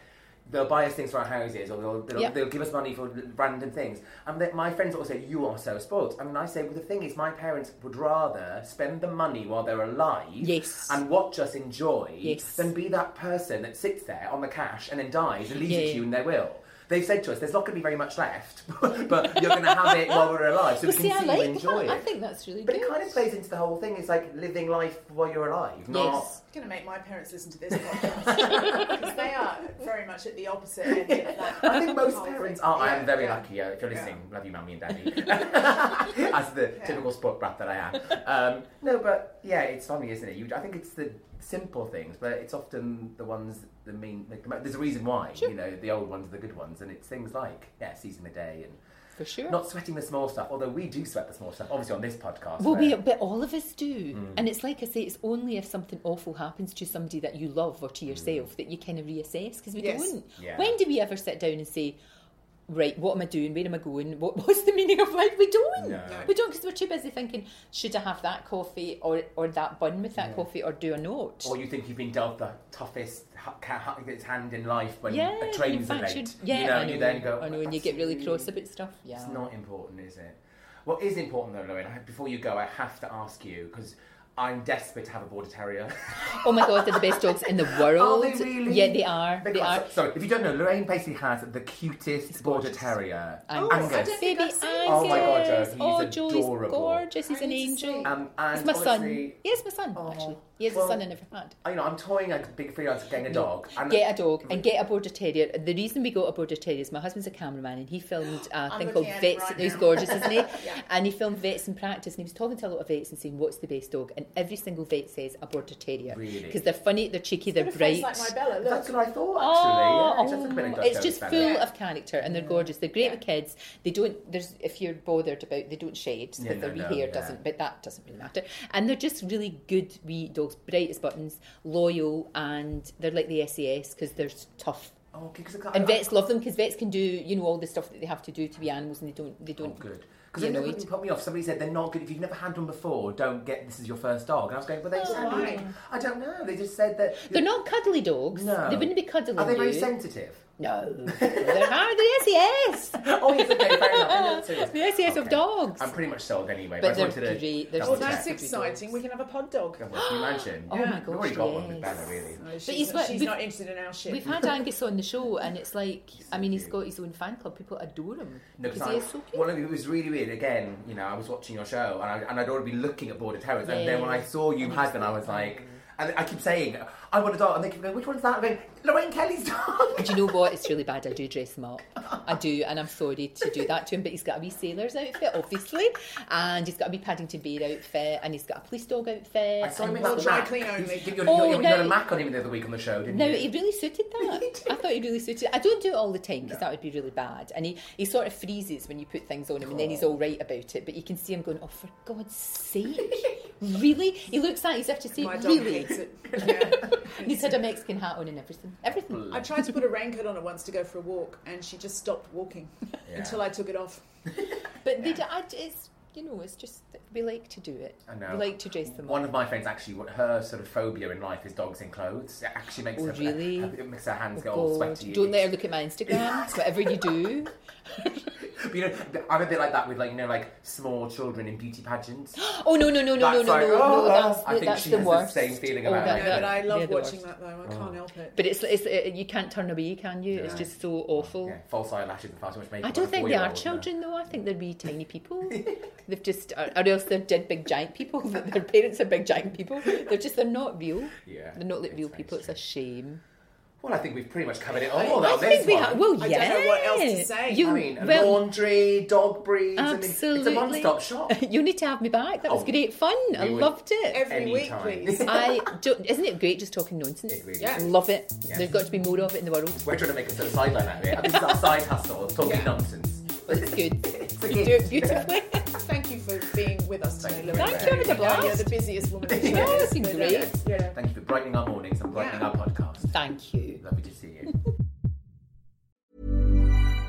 [SPEAKER 2] They'll buy us things for our houses, or they'll, they'll,
[SPEAKER 3] Yep.
[SPEAKER 2] they'll give us money for random things. And that my friends always say, "You are so spoiled." And I say, "Well, the thing is, my parents would rather spend the money while they're alive,
[SPEAKER 3] Yes.
[SPEAKER 2] and watch us enjoy,
[SPEAKER 3] Yes.
[SPEAKER 2] than be that person that sits there on the cash and then dies and leaves it
[SPEAKER 3] Yeah.
[SPEAKER 2] to you in their will." They've said to us, "There's not going to be very much left, but you're going to have it while we're alive, so
[SPEAKER 3] Well,
[SPEAKER 2] we
[SPEAKER 3] see,
[SPEAKER 2] can
[SPEAKER 3] I
[SPEAKER 2] see
[SPEAKER 3] like
[SPEAKER 2] you enjoy it."
[SPEAKER 3] that. I think that's really
[SPEAKER 2] but
[SPEAKER 3] good.
[SPEAKER 2] it kind of plays into the whole thing. It's like living life while you're alive, not
[SPEAKER 3] Yes.
[SPEAKER 1] going to make my parents listen to this podcast because they are very much at the opposite end of that.
[SPEAKER 2] I think most
[SPEAKER 1] whole
[SPEAKER 2] parents
[SPEAKER 1] thing.
[SPEAKER 2] are. I
[SPEAKER 1] Yeah,
[SPEAKER 2] am very
[SPEAKER 1] yeah.
[SPEAKER 2] lucky. Yeah, if you're
[SPEAKER 1] Yeah.
[SPEAKER 2] listening, love you, mummy and daddy. As the typical sport brat that I am. Um, no, but yeah, it's funny, isn't it? You, I think it's the simple things, but it's often the ones that mean. make the mo- There's a reason why. You know, the old ones are the good ones, and it's things like yeah, seizing the day and.
[SPEAKER 3] For sure.
[SPEAKER 2] Not sweating the small stuff, although we do sweat the small stuff, obviously on this podcast.
[SPEAKER 3] Well,
[SPEAKER 2] where-
[SPEAKER 3] we, but all of us do.
[SPEAKER 2] Mm.
[SPEAKER 3] And it's like I say, it's only if something awful happens to somebody that you love or to yourself that you kind of reassess because we
[SPEAKER 1] Yes.
[SPEAKER 3] don't.
[SPEAKER 2] Mm. Yeah.
[SPEAKER 3] When do we ever sit down and say, right, what am I doing? Where am I going? What, what's the meaning of life? We don't.
[SPEAKER 2] No.
[SPEAKER 3] We don't because we're too busy thinking, should I have that coffee or, or that bun with that coffee or do I not?
[SPEAKER 2] Or you think you've been dealt the toughest ha- ca- ha- hand in life when
[SPEAKER 3] yeah,
[SPEAKER 2] a train's
[SPEAKER 3] manufactured-
[SPEAKER 2] late.
[SPEAKER 3] Yeah,
[SPEAKER 2] you know,
[SPEAKER 3] I
[SPEAKER 2] and
[SPEAKER 3] know.
[SPEAKER 2] you then go.
[SPEAKER 3] I know, and you
[SPEAKER 2] "That's
[SPEAKER 3] get really
[SPEAKER 2] really
[SPEAKER 3] cross about stuff. Yeah.
[SPEAKER 2] It's not important, is it? What is important though, Lorraine, I- before you go, I have to ask you because I'm desperate to have a border terrier.
[SPEAKER 3] Oh my god, they're the best dogs in the world.
[SPEAKER 2] Are they really?
[SPEAKER 3] Yeah, they are.
[SPEAKER 2] Because-
[SPEAKER 3] they are.
[SPEAKER 2] so- Sorry, if you don't know, Lorraine basically has the cutest border
[SPEAKER 3] gorgeous.
[SPEAKER 2] terrier,
[SPEAKER 3] Oh,
[SPEAKER 2] Angus.
[SPEAKER 3] I don't think
[SPEAKER 1] Baby
[SPEAKER 3] I've seen
[SPEAKER 1] Angus.
[SPEAKER 3] him.
[SPEAKER 2] Oh my God, Joe, he's
[SPEAKER 3] oh, Joe,
[SPEAKER 2] adorable.
[SPEAKER 3] he's gorgeous. He's
[SPEAKER 1] I
[SPEAKER 3] an
[SPEAKER 1] need to
[SPEAKER 3] angel.
[SPEAKER 1] see.
[SPEAKER 2] Um, and
[SPEAKER 3] he's my son.
[SPEAKER 2] obviously-
[SPEAKER 3] He is my son, actually. He is
[SPEAKER 2] Well,
[SPEAKER 3] the son I never had.
[SPEAKER 2] I- You know, I'm toying a big freelance getting a dog. And
[SPEAKER 3] Get a dog and get a border terrier. The reason we got a border terrier is my husband's a cameraman and he filmed a thing
[SPEAKER 1] looking
[SPEAKER 3] called
[SPEAKER 1] at it
[SPEAKER 3] Vets.
[SPEAKER 1] right
[SPEAKER 3] he's
[SPEAKER 1] now.
[SPEAKER 3] gorgeous, isn't he? And he filmed Vets in practice and he was talking to a lot of vets and saying, "What's the best dog?" And every single vet says a border terrier
[SPEAKER 2] Really?
[SPEAKER 3] because they're funny, they're cheeky, they're
[SPEAKER 1] Got a face
[SPEAKER 3] bright.
[SPEAKER 1] like my Bella, look.
[SPEAKER 2] That's what I thought,
[SPEAKER 3] Oh,
[SPEAKER 2] actually. yeah, it does look a bit like
[SPEAKER 3] oh,
[SPEAKER 2] Dutch
[SPEAKER 3] it's
[SPEAKER 2] Joe's
[SPEAKER 3] just
[SPEAKER 2] fella.
[SPEAKER 3] full of character and they're gorgeous. They're great with kids. They don't. There's if you're bothered about they don't shade, so
[SPEAKER 2] Yeah,
[SPEAKER 3] that their
[SPEAKER 2] no,
[SPEAKER 3] wee
[SPEAKER 2] no,
[SPEAKER 3] hair
[SPEAKER 2] yeah.
[SPEAKER 3] doesn't. But that doesn't really matter. And they're just really good wee dogs, bright as buttons, loyal, and they're like the SAS because they're s- tough.
[SPEAKER 2] Oh, okay, 'cause I-
[SPEAKER 3] And
[SPEAKER 2] I-
[SPEAKER 3] vets love them because vets can do you know all the stuff that they have to do to be animals, and they don't. They don't.
[SPEAKER 2] oh, good.
[SPEAKER 3] you
[SPEAKER 2] Because
[SPEAKER 3] know,
[SPEAKER 2] know,
[SPEAKER 3] it-
[SPEAKER 2] it put me off. Somebody said they're not good. If you've never had one before, don't get. This is your first dog. And I was going, but
[SPEAKER 3] Oh,
[SPEAKER 2] they sound.
[SPEAKER 1] why?
[SPEAKER 2] I don't know. They just said that
[SPEAKER 3] They're not cuddly dogs.
[SPEAKER 2] No,
[SPEAKER 3] They wouldn't be cuddling.
[SPEAKER 2] Are they very
[SPEAKER 3] you.
[SPEAKER 2] sensitive?
[SPEAKER 3] No, they're hard. The SAS.
[SPEAKER 2] oh, yes, okay, fair enough. Yes,
[SPEAKER 3] The SAS of dogs.
[SPEAKER 2] I'm pretty much sold anyway.
[SPEAKER 3] But
[SPEAKER 2] But, I just
[SPEAKER 3] they're
[SPEAKER 2] wanted to
[SPEAKER 3] great, they're
[SPEAKER 2] double
[SPEAKER 1] Well,
[SPEAKER 3] Yeah.
[SPEAKER 1] Oh, that's
[SPEAKER 2] check.
[SPEAKER 1] exciting. We can have a pod dog.
[SPEAKER 2] Can you imagine?
[SPEAKER 3] Oh my
[SPEAKER 2] We've already
[SPEAKER 3] gosh,
[SPEAKER 2] got one with
[SPEAKER 3] yes.
[SPEAKER 2] Bella, really.
[SPEAKER 1] She's,
[SPEAKER 3] he's what-
[SPEAKER 1] she's
[SPEAKER 3] we've-
[SPEAKER 1] not interested in our shit.
[SPEAKER 3] We've had Angus on the show, and it's like, I mean, he's got his own fan club. People adore him
[SPEAKER 2] No,
[SPEAKER 3] because
[SPEAKER 2] because
[SPEAKER 3] he is so cute.
[SPEAKER 2] one of it was really weird. Again, you know, I was watching your show and, I, and I'd already been looking at Border Terrors, and then when I saw you had one, I was like, and I keep saying, I want a dog, and they keep going, which one's that? I'm going, Lorraine Kelly's dog.
[SPEAKER 3] do you know what? It's really bad. I do dress him up. I do, and I'm sorry to do that to him, but he's got a wee sailor's outfit, obviously, and he's got a wee Paddington Bear outfit, and he's got a police dog outfit.
[SPEAKER 2] I saw him
[SPEAKER 3] and-
[SPEAKER 2] in that
[SPEAKER 1] dry
[SPEAKER 2] Mac.
[SPEAKER 1] clean only.
[SPEAKER 2] You, you,
[SPEAKER 3] Oh,
[SPEAKER 2] you, you, you had
[SPEAKER 3] no.
[SPEAKER 2] a Mac on him the other week on the show, didn't
[SPEAKER 3] No,
[SPEAKER 2] you?
[SPEAKER 3] he really suited that. I thought he really suited. I don't do it all the time because that would be really bad. And he, he sort of freezes when you put things on him, and then
[SPEAKER 2] Oh.
[SPEAKER 3] he's all right about it. But you can see him going, "Oh, for God's sake, really?" He looks at, it as if to say,
[SPEAKER 1] My dog
[SPEAKER 3] "Really?"
[SPEAKER 1] hates it. Yeah.
[SPEAKER 3] And he's had a Mexican hat on and everything. Everything.
[SPEAKER 1] I tried to put a raincoat on her once to go for a walk, and she just stopped walking until I took it off.
[SPEAKER 3] But they do, I, it's you know, it's just we like to do it.
[SPEAKER 2] I know.
[SPEAKER 3] We like to dress them
[SPEAKER 2] One
[SPEAKER 3] up.
[SPEAKER 2] of my friends actually, what her sort of phobia in life is dogs in clothes. It actually makes
[SPEAKER 3] Oh,
[SPEAKER 2] her,
[SPEAKER 3] really?
[SPEAKER 2] her- it makes her hands get all
[SPEAKER 3] Oh God,
[SPEAKER 2] sweaty.
[SPEAKER 3] Don't let her look at my Instagram. It's whatever you do.
[SPEAKER 2] But, you know, I'm a bit like that with like you know like small children in beauty pageants.
[SPEAKER 3] Oh no no no no no
[SPEAKER 2] That's
[SPEAKER 3] no
[SPEAKER 2] like,
[SPEAKER 3] no!
[SPEAKER 2] oh,
[SPEAKER 3] no, That's
[SPEAKER 2] I
[SPEAKER 3] the,
[SPEAKER 2] think
[SPEAKER 3] that's
[SPEAKER 2] she
[SPEAKER 3] the
[SPEAKER 2] has the
[SPEAKER 3] worst.
[SPEAKER 2] same feeling
[SPEAKER 3] Oh,
[SPEAKER 2] about
[SPEAKER 3] that-
[SPEAKER 2] it.
[SPEAKER 3] that-
[SPEAKER 1] But I
[SPEAKER 3] they're
[SPEAKER 1] love
[SPEAKER 3] the
[SPEAKER 1] watching
[SPEAKER 3] worst.
[SPEAKER 1] that though. I can't help it.
[SPEAKER 3] But it's, it's uh, you can't turn away, can you? It's just so awful.
[SPEAKER 2] Yeah, false eyelashes and far too much makeup.
[SPEAKER 3] I
[SPEAKER 2] on
[SPEAKER 3] don't
[SPEAKER 2] a
[SPEAKER 3] think they are
[SPEAKER 2] four-year-old,
[SPEAKER 3] children though. I think they'd be tiny people. They've just, or, or else they're dead big giant people. Their parents are big giant people. They're just, they're not real.
[SPEAKER 2] Yeah,
[SPEAKER 3] they're not like
[SPEAKER 2] it's
[SPEAKER 3] real people. It's a
[SPEAKER 2] mainstream.
[SPEAKER 3] shame.
[SPEAKER 2] Well, I think we've pretty much covered it all.
[SPEAKER 3] I
[SPEAKER 2] though,
[SPEAKER 3] think
[SPEAKER 2] this
[SPEAKER 3] we
[SPEAKER 2] one.
[SPEAKER 3] have. Well,
[SPEAKER 1] I
[SPEAKER 3] yeah.
[SPEAKER 1] don't know what else to say.
[SPEAKER 3] You,
[SPEAKER 2] I mean,
[SPEAKER 3] well,
[SPEAKER 2] laundry, dog breeds. I
[SPEAKER 3] absolutely.
[SPEAKER 2] mean, it's a one-stop shop.
[SPEAKER 3] you need to have me back. That was
[SPEAKER 2] Oh,
[SPEAKER 3] great fun. I
[SPEAKER 2] we would-
[SPEAKER 3] loved it.
[SPEAKER 1] Every week,
[SPEAKER 2] Anytime.
[SPEAKER 1] please.
[SPEAKER 3] I don't, isn't it great just talking nonsense?
[SPEAKER 2] It really
[SPEAKER 1] Yeah.
[SPEAKER 2] is.
[SPEAKER 3] Love it.
[SPEAKER 2] Yeah.
[SPEAKER 3] There's got to be more of it in the world.
[SPEAKER 2] We're trying to make a sort of sideline out of it. This is our side hustle, talking
[SPEAKER 1] Yeah.
[SPEAKER 2] nonsense.
[SPEAKER 3] But it's good.
[SPEAKER 2] a
[SPEAKER 3] you do it
[SPEAKER 2] gift.
[SPEAKER 3] beautifully.
[SPEAKER 1] Thank you for being with us today, Lorraine.
[SPEAKER 3] Thank you, I had a blast.
[SPEAKER 1] You're the busiest woman in the
[SPEAKER 2] Yeah,
[SPEAKER 1] world.
[SPEAKER 3] it's been
[SPEAKER 1] But, uh,
[SPEAKER 3] great.
[SPEAKER 1] yeah.
[SPEAKER 2] Thank you for brightening our mornings and brightening
[SPEAKER 1] Yeah.
[SPEAKER 2] our podcast.
[SPEAKER 3] Thank you.
[SPEAKER 2] Lovely to see you.